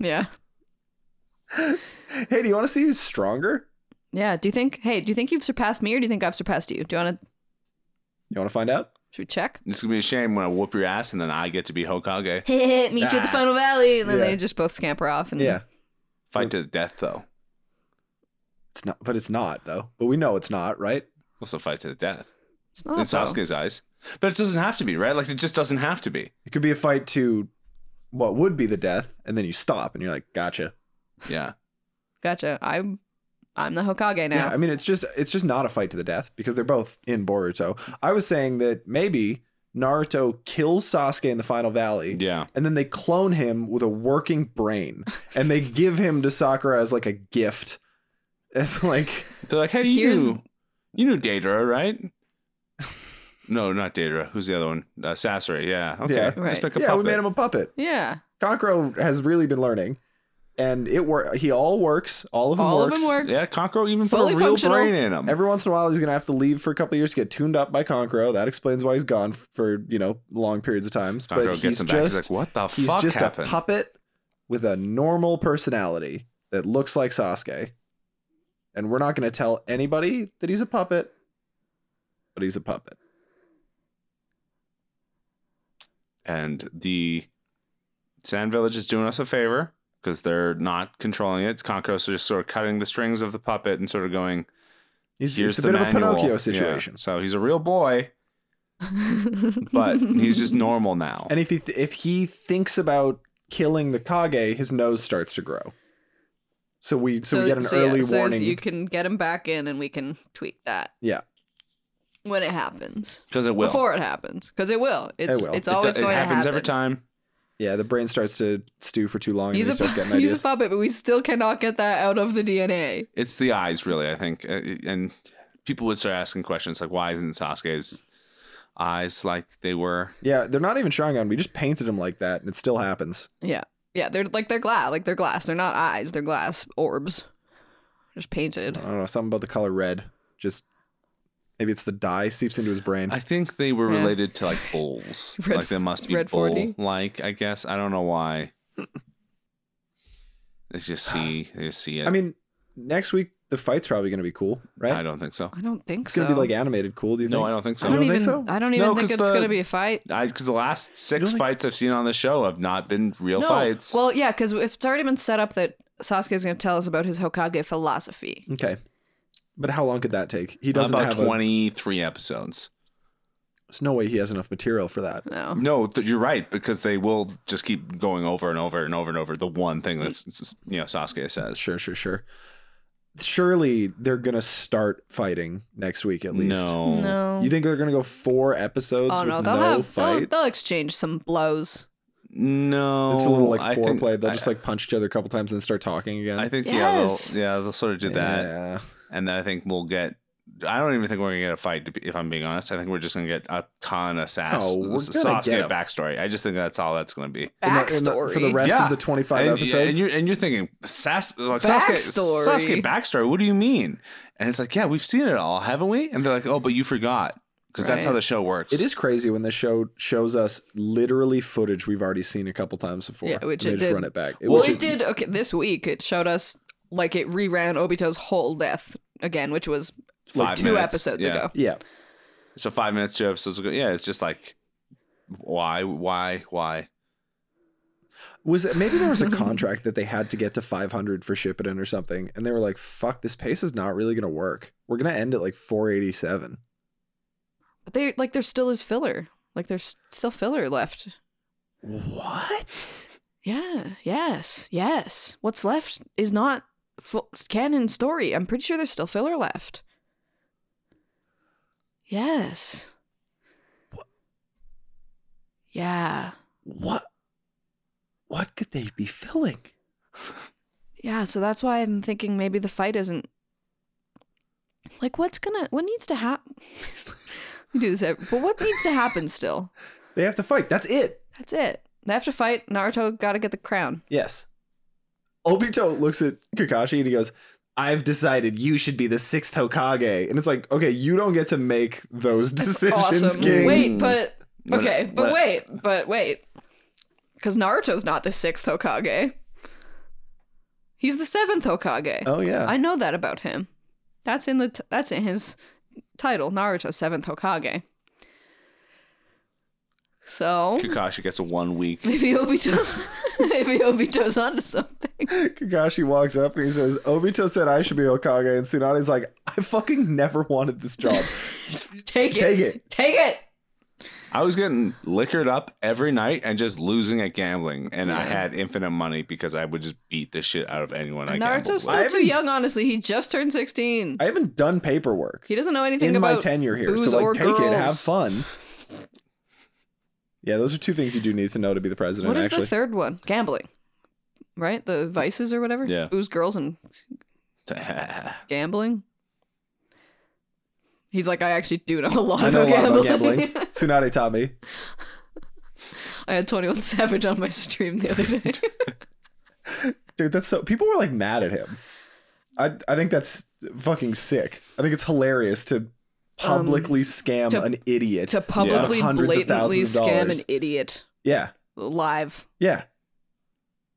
B: Yeah.
C: Hey, do you want to see who's stronger?
B: Yeah. Do you think? Hey, do you think you've surpassed me, or do you think I've surpassed you? Do you want to?
C: You want to find out?
B: Should we check?
A: it's gonna be a shame when I whoop your ass and then I get to be Hokage.
B: Hey, hey, meet you at the
A: Ah.
B: Final Valley, and then
C: Yeah.
B: they just both scamper off. And
C: Yeah,
A: Fight to the death though.
C: it's not, but it's not though. But we know it's not, right?
A: What's a fight to the death
B: it's not
A: in
B: though.
A: Sasuke's eyes? But it doesn't have to be right. Like it just doesn't have to be.
C: It could be a fight to what would be the death, and then you stop and you're like, "Gotcha."
A: Yeah.
B: Gotcha. I'm I'm the Hokage now.
C: Yeah, I mean it's just it's just not a fight to the death because they're both in Boruto. I was saying that maybe Naruto kills Sasuke in the Final Valley.
A: Yeah.
C: And then they clone him with a working brain, and they give him to Sakura as like a gift, as like
A: They're like, hey,
B: Here's-
A: you, knew, you knew Daedra, right? no, not Daedra. Who's the other one? Uh, Sasori. Yeah. Okay.
C: Yeah.
A: Just
B: Right.
A: pick a
C: yeah,
A: puppet.
C: we made him a puppet.
B: Yeah.
C: Conqueror has really been learning, and it work. He all works. All of him
B: All
C: works.
B: of them works.
A: yeah, Conqueror even
B: Fully
A: put a real
B: functional.
A: brain in him.
C: Every once in a while, he's gonna have to leave for a couple of years to get tuned up by Conqueror. That explains why he's gone for you know long periods of times.
A: Conqueror
C: but
A: gets
C: he's
A: him
C: just
A: back. He's like, what the
C: he's
A: fuck
C: just
A: happened?
C: a puppet with a normal personality that looks like Sasuke, and we're not gonna tell anybody that he's a puppet, but he's a puppet.
A: and the Sand Village is doing us a favor because they're not controlling it. Conqueror's just sort of cutting the strings of the puppet and sort of going,
C: He's
A: here's
C: it's a
A: the
C: bit of a
A: manual.
C: Pinocchio
A: Yeah,
C: situation.
A: So he's a real boy, but he's just normal now.
C: And if he th- if he thinks about killing the Kage, his nose starts to grow. So we so, we get an
B: yeah,
C: early
B: so
C: warning.
B: you can get him back in, and we can tweak that.
C: Yeah.
B: When it happens,
A: Because it will.
B: before it happens, because it will. It's
C: will.
B: it's
A: It do-
B: always
A: it
B: going
A: happens
B: to happen.
A: every time.
C: Yeah, the brain starts to stew for too long,
B: He's
C: and
B: a
C: he starts getting
B: pu- he's a
C: ideas.
B: puppet, but we still cannot get that out of the DNA.
A: it's the eyes really i think Uh, and people would start asking questions like why isn't sasuke's eyes like they were
C: yeah, they're not even Sharingan. We just painted him like that, and it still happens.
B: Yeah, yeah. They're like they're glass. Like they're glass. They're not eyes. They're glass orbs, just painted.
C: I don't know something about the color red. Just maybe it's the dye seeps into his brain.
A: i think they were
B: Yeah.
A: related to like bulls
B: Red-
A: like they must be
B: Red
A: bull
B: 40?
A: like i guess i don't know why they just see they just see it
C: I mean, next week the fight's probably going to be cool, right?
A: i don't think so
B: I don't think
C: it's
B: so.
C: going to be like animated cool. Do you think?
A: no i don't think so
B: I don't
C: You don't e-
B: even.
C: think so?
B: I don't
A: No,
B: even think
A: 'cause
B: it's
A: the-
B: gonna be a fight.
A: because the last
C: don't
A: six
C: think
A: fights I've seen on the show have not been real
C: No.
A: fights.
B: Well, yeah, because if it's already been set up that Sasuke is going to tell us about his Hokage philosophy.
C: Okay, but how long could that take? He doesn't
A: about
C: have a-
A: twenty three episodes.
C: there's no way he has enough material for that.
B: No,
A: No, th- you're right because they will just keep going over and over and over and over the one thing that's it's just, you know Sasuke says.
C: Sure, sure, sure. Surely they're going to start fighting next week at least.
A: No,
B: no.
C: You think they're going to go four episodes
B: oh
C: with
B: no,
C: no,
B: they'll have they'll,
C: fight?
B: they'll exchange some blows.
A: no.
C: it's a little like
A: I
C: foreplay.
A: think-
C: They'll
A: I-
C: just like punch each other a couple times and then start talking again.
A: I think yeah,
B: Yes.
A: they'll, yeah, they'll sort of do that,
C: Yeah.
A: and then I think we'll get I don't even think we're gonna get a fight. to be- If I'm being honest, I think we're just gonna get a ton of sass,
C: Oh, we're
A: s-
C: gonna
A: Sasuke
C: get a-
A: backstory. I just think that's all that's gonna be.
C: In the- in the-
B: Backstory.
C: for the rest
A: Yeah.
C: of the 25
A: and,
C: episodes.
A: and you're and you're thinking Sas- like, Sasuke,
B: Backstory.
A: Sasuke backstory. What do you mean? And it's like, yeah, we've seen it all, haven't we? And they're like, oh, but you forgot because that's how
B: Right.
A: the show works.
C: It is crazy when this show shows us literally footage we've already seen a couple times before.
B: Yeah, which
C: and
B: it
C: they just
B: did.
C: run it back.
B: well,
C: which
B: it did. Okay, this week it showed us like it reran Obito's whole death again, which was
A: Five
B: like two
A: minutes.
B: episodes
A: Yeah.
B: ago.
C: Yeah,
A: So five minutes, two episodes ago. Yeah, it's just like, why, why, why?
C: was it, maybe there was a contract that they had to get to 500 for ship it in or something, and they were like, "Fuck, this pace is not really gonna work. We're gonna end at like 487."
B: But they like there still is filler. Like there's still filler left.
C: What?
B: Yeah. Yes. Yes. What's left is not full canon story. I'm pretty sure there's still filler left. Yes. Yeah.
C: What? What could they be filling?
B: Yeah, so that's why I'm thinking maybe the fight isn't like what's gonna what needs to happen. we do this, every- but what needs to happen still?
C: They have to fight. That's it.
B: That's it. They have to fight. Naruto got to get the crown.
C: Yes. Obito looks at Kakashi and he goes, I've decided you should be the sixth Hokage. And it's like, okay, you don't get to make those decisions,
B: awesome.
C: King.
B: Wait, but
A: What-
B: okay, but
A: what-
B: wait, but wait, because Naruto's not the sixth Hokage. He's the seventh Hokage.
C: Oh, yeah.
B: I know that about him. That's in the t- that's in his title, Naruto Seventh Hokage.
C: Oh.
B: So
A: Kakashi gets a one week.
B: maybe Obito's maybe Obito's onto something.
C: Kakashi walks up and he says, Obito said I should be Hokage. And Tsunade's like, I fucking never wanted this job.
B: Take it,
C: Take it.
B: take it.
A: I was getting liquored up every night and just losing at gambling, and I had infinite money because I would just beat the shit out of anyone I gambled
B: Naruto's
A: with.
B: still
C: I
B: too
C: haven't-
B: young, honestly. He just turned sixteen.
C: I haven't done paperwork
B: he doesn't know anything
C: in
B: about
C: my tenure here. So,
B: booze or
C: like, take
B: girls.
C: it, have fun. Yeah, those are two things you do need to know to be the president,
B: What is
C: actually.
B: the third one? Gambling, right? The vices or whatever.
A: Yeah.
B: Booze, girls, and gambling. He's like, I actually do know a lot,
C: I know a
B: about,
C: lot about
B: gambling.
C: gambling. Tsunade taught me.
B: I had Twenty One Savage on my stream the other day.
C: Dude, that's so people were like mad at him. I I think that's fucking sick. I think it's hilarious to publicly scam
B: Um, to-
C: an idiot.
B: to publicly,
C: Out of hundreds of
B: blatantly
C: thousands of
B: scam an
C: dollars.
B: idiot
C: yeah.
B: live.
C: Yeah.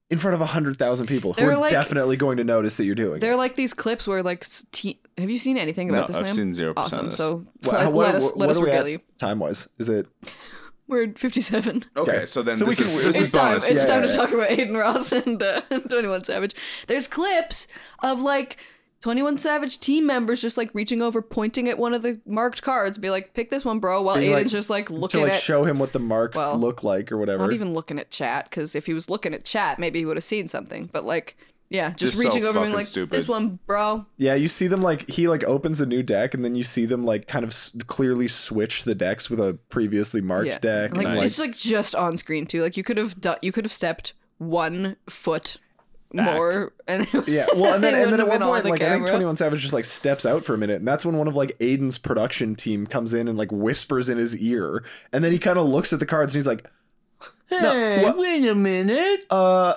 C: In front of 100,000 people who
B: They're
C: are
B: like-
C: definitely going to notice that you're doing
B: There
C: it.
B: are like these clips where like s- te- have you seen anything
A: no,
B: about this?
A: I've
B: Sam?
A: seen zero percent.
B: awesome. So
C: Wha-
B: let,
C: how-
B: let us let us
C: are we
B: regale
C: at
B: you.
C: time wise? Is it
B: We're at fifty seven.
A: okay, so then
C: So we
A: this
C: can-
A: is this
C: It's
A: is
B: It's time.
A: bonus.
B: It's
C: Yeah,
B: time
C: yeah,
B: to
C: yeah.
B: talk about Aiden Ross and uh, Twenty One Savage. There's clips of like Twenty One Savage team members just like reaching over, pointing at one of the marked cards, be like, "Pick this one, bro," while
C: Being,
B: Aiden's
C: like,
B: just like
C: to
B: looking
C: like
B: at,
C: show him what the marks
B: Well,
C: look like or whatever?
B: not even looking at chat, because if he was looking at chat, maybe he would have seen something. But like, yeah, just,
A: Just so
B: reaching over, and being
A: fucking
B: like,
A: stupid.
B: "This one, bro."
C: yeah, you see them like he like opens a new deck and then you see them like kind of s- clearly switch the decks with a previously marked
B: Yeah,
C: deck.
B: like
C: and,
B: just like just on screen too. Like you could have done, you could have stepped one foot more, and
C: Yeah, well, and then
B: They
C: and then at
B: wouldn't
C: one
B: have been on
C: point,
B: the
C: like I think
B: camera.
C: Twenty One Savage just like steps out for a minute, and that's when one of like Aiden's production team comes in and like whispers in his ear, and then he kind of looks at the cards and he's like,
A: hey,
C: what-
A: wait a minute,
C: "Uh,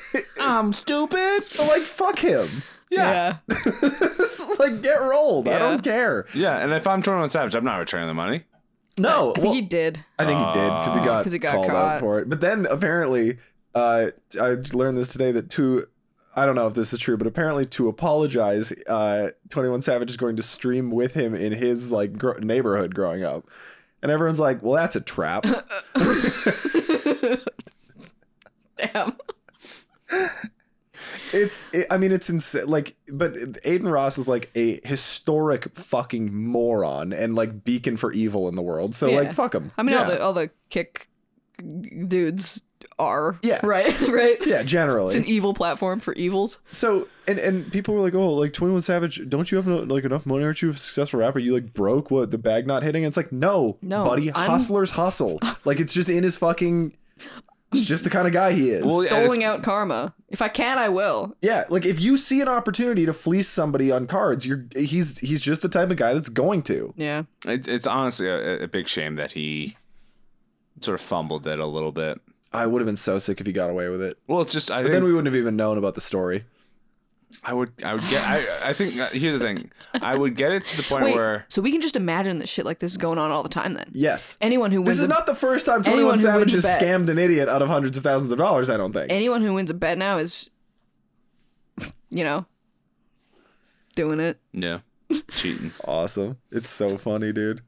A: I'm stupid.
C: like fuck him,
B: yeah.
C: like get rolled. I
B: Yeah.
C: don't care."
A: Yeah, and if I'm 21 Savage, I'm not returning the money.
C: No,
B: I think
C: well,
B: he did.
C: I think he did because he got
B: 'Cause he got
C: called
B: caught.
C: out for it. But then apparently, uh, I learned this today that to I don't know if this is true, but apparently to apologize, uh, Twenty One Savage is going to stream with him in his like gro- neighborhood growing up, and everyone's like, "Well, that's a trap."
B: Damn.
C: it's it, i mean it's insane like but aiden ross is like a historic fucking moron and like beacon for evil in the world so
B: Yeah.
C: like fuck him
B: I mean, all
A: Yeah.
B: the all the kick dudes are.
C: Yeah.
B: Right. Right.
C: yeah
B: It's an
C: generally
B: evil platform for evils.
C: so and and people were like oh like 21 savage don't you have no, like enough money aren't you a successful rapper you like broke what the bag not hitting it's like no
B: No,
C: buddy
B: I'm-
C: hustlers hustle like it's just in his fucking It's just the kind of guy he is.
A: Well, yeah,
B: doling
A: it's-
B: out karma. If I can, I will.
C: yeah, like if you see an opportunity to fleece somebody on cards, you're he's he's just the type of guy that's going to.
B: Yeah.
A: It, it's honestly a, a big shame that he sort of fumbled it a little bit.
C: I would have been so sick if he got away with it.
A: Well, it's just I
C: But
A: think
C: then we wouldn't have even known about the story.
A: I would I would get I I think uh, here's the thing I would get it to the point
B: Wait.
A: where
B: So we can just imagine that shit like this is going on all the time. Then
C: Yes.
B: anyone who
C: This
B: wins
C: is
B: a,
C: not the first time Twenty
B: Anyone
C: One
B: who
C: Savage
B: wins
C: has
B: a bet.
C: scammed an idiot out of hundreds of thousands of dollars. I don't think.
B: anyone who wins a bet now is, you know, doing it.
A: yeah cheating.
C: Awesome. It's so funny, dude.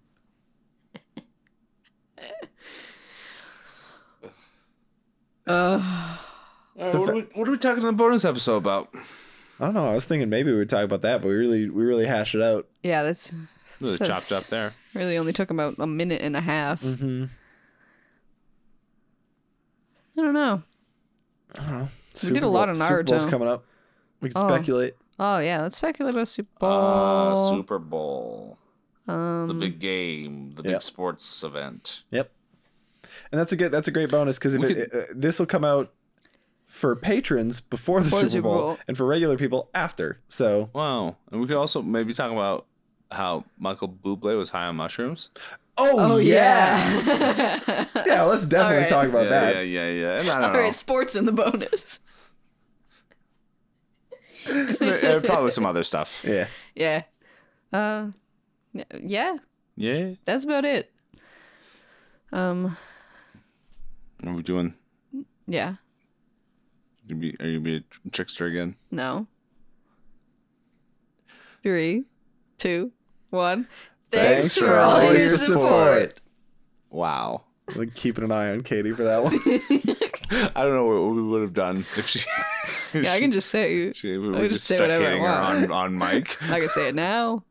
A: what, are we, what are we talking in the bonus episode about?
C: I don't know. I was thinking maybe we would talk about that, but we really we really hash it out.
B: Yeah, that's
A: Really
B: So-
A: chopped up there.
B: really only took about a minute and a half. Mm-hmm. I don't know.
C: Super
B: did a lot
C: Bowl-
B: on
C: Super Bowl's
B: Naruto.
C: coming up. We can
B: Oh.
C: speculate.
B: Oh yeah, let's speculate about Super Bowl.
A: Uh, Super Bowl, the
B: Oh. um,
A: big game, the
C: yeah.
A: big sports event.
C: Yep. And that's a good that's a great bonus because if
A: We
C: it, uh, this will come out for patrons before the,
B: Before
C: Super,
B: the Super
C: Bowl,
B: Bowl.
C: and for regular people after. So
A: Wow, and we could also maybe talk about how Michael Bublé was high on mushrooms.
C: oh, yeah. yeah let's definitely
B: right.
C: talk about
A: yeah,
C: that.
A: yeah, yeah, yeah. And I
B: all
A: don't
B: right, sports in the bonus.
A: know, And probably some other stuff.
C: Yeah.
B: Yeah. Uh, y- yeah.
A: Yeah,
B: That's about it. Um.
A: what are we doing?
B: Yeah.
A: You be, are you be a tr- trickster again?
B: No. Three, two, one.
C: Thanks for all your support.
A: Wow.
C: Like keeping an eye on Katie for that one.
A: I don't know what we would have done if she. if
B: Yeah, I
A: she-
B: can just say.
A: she- we
B: I
A: were
B: would
A: just
B: just say
A: stuck
B: whatever I
A: hitting her
B: want.
A: on on mic.
B: I can say it now.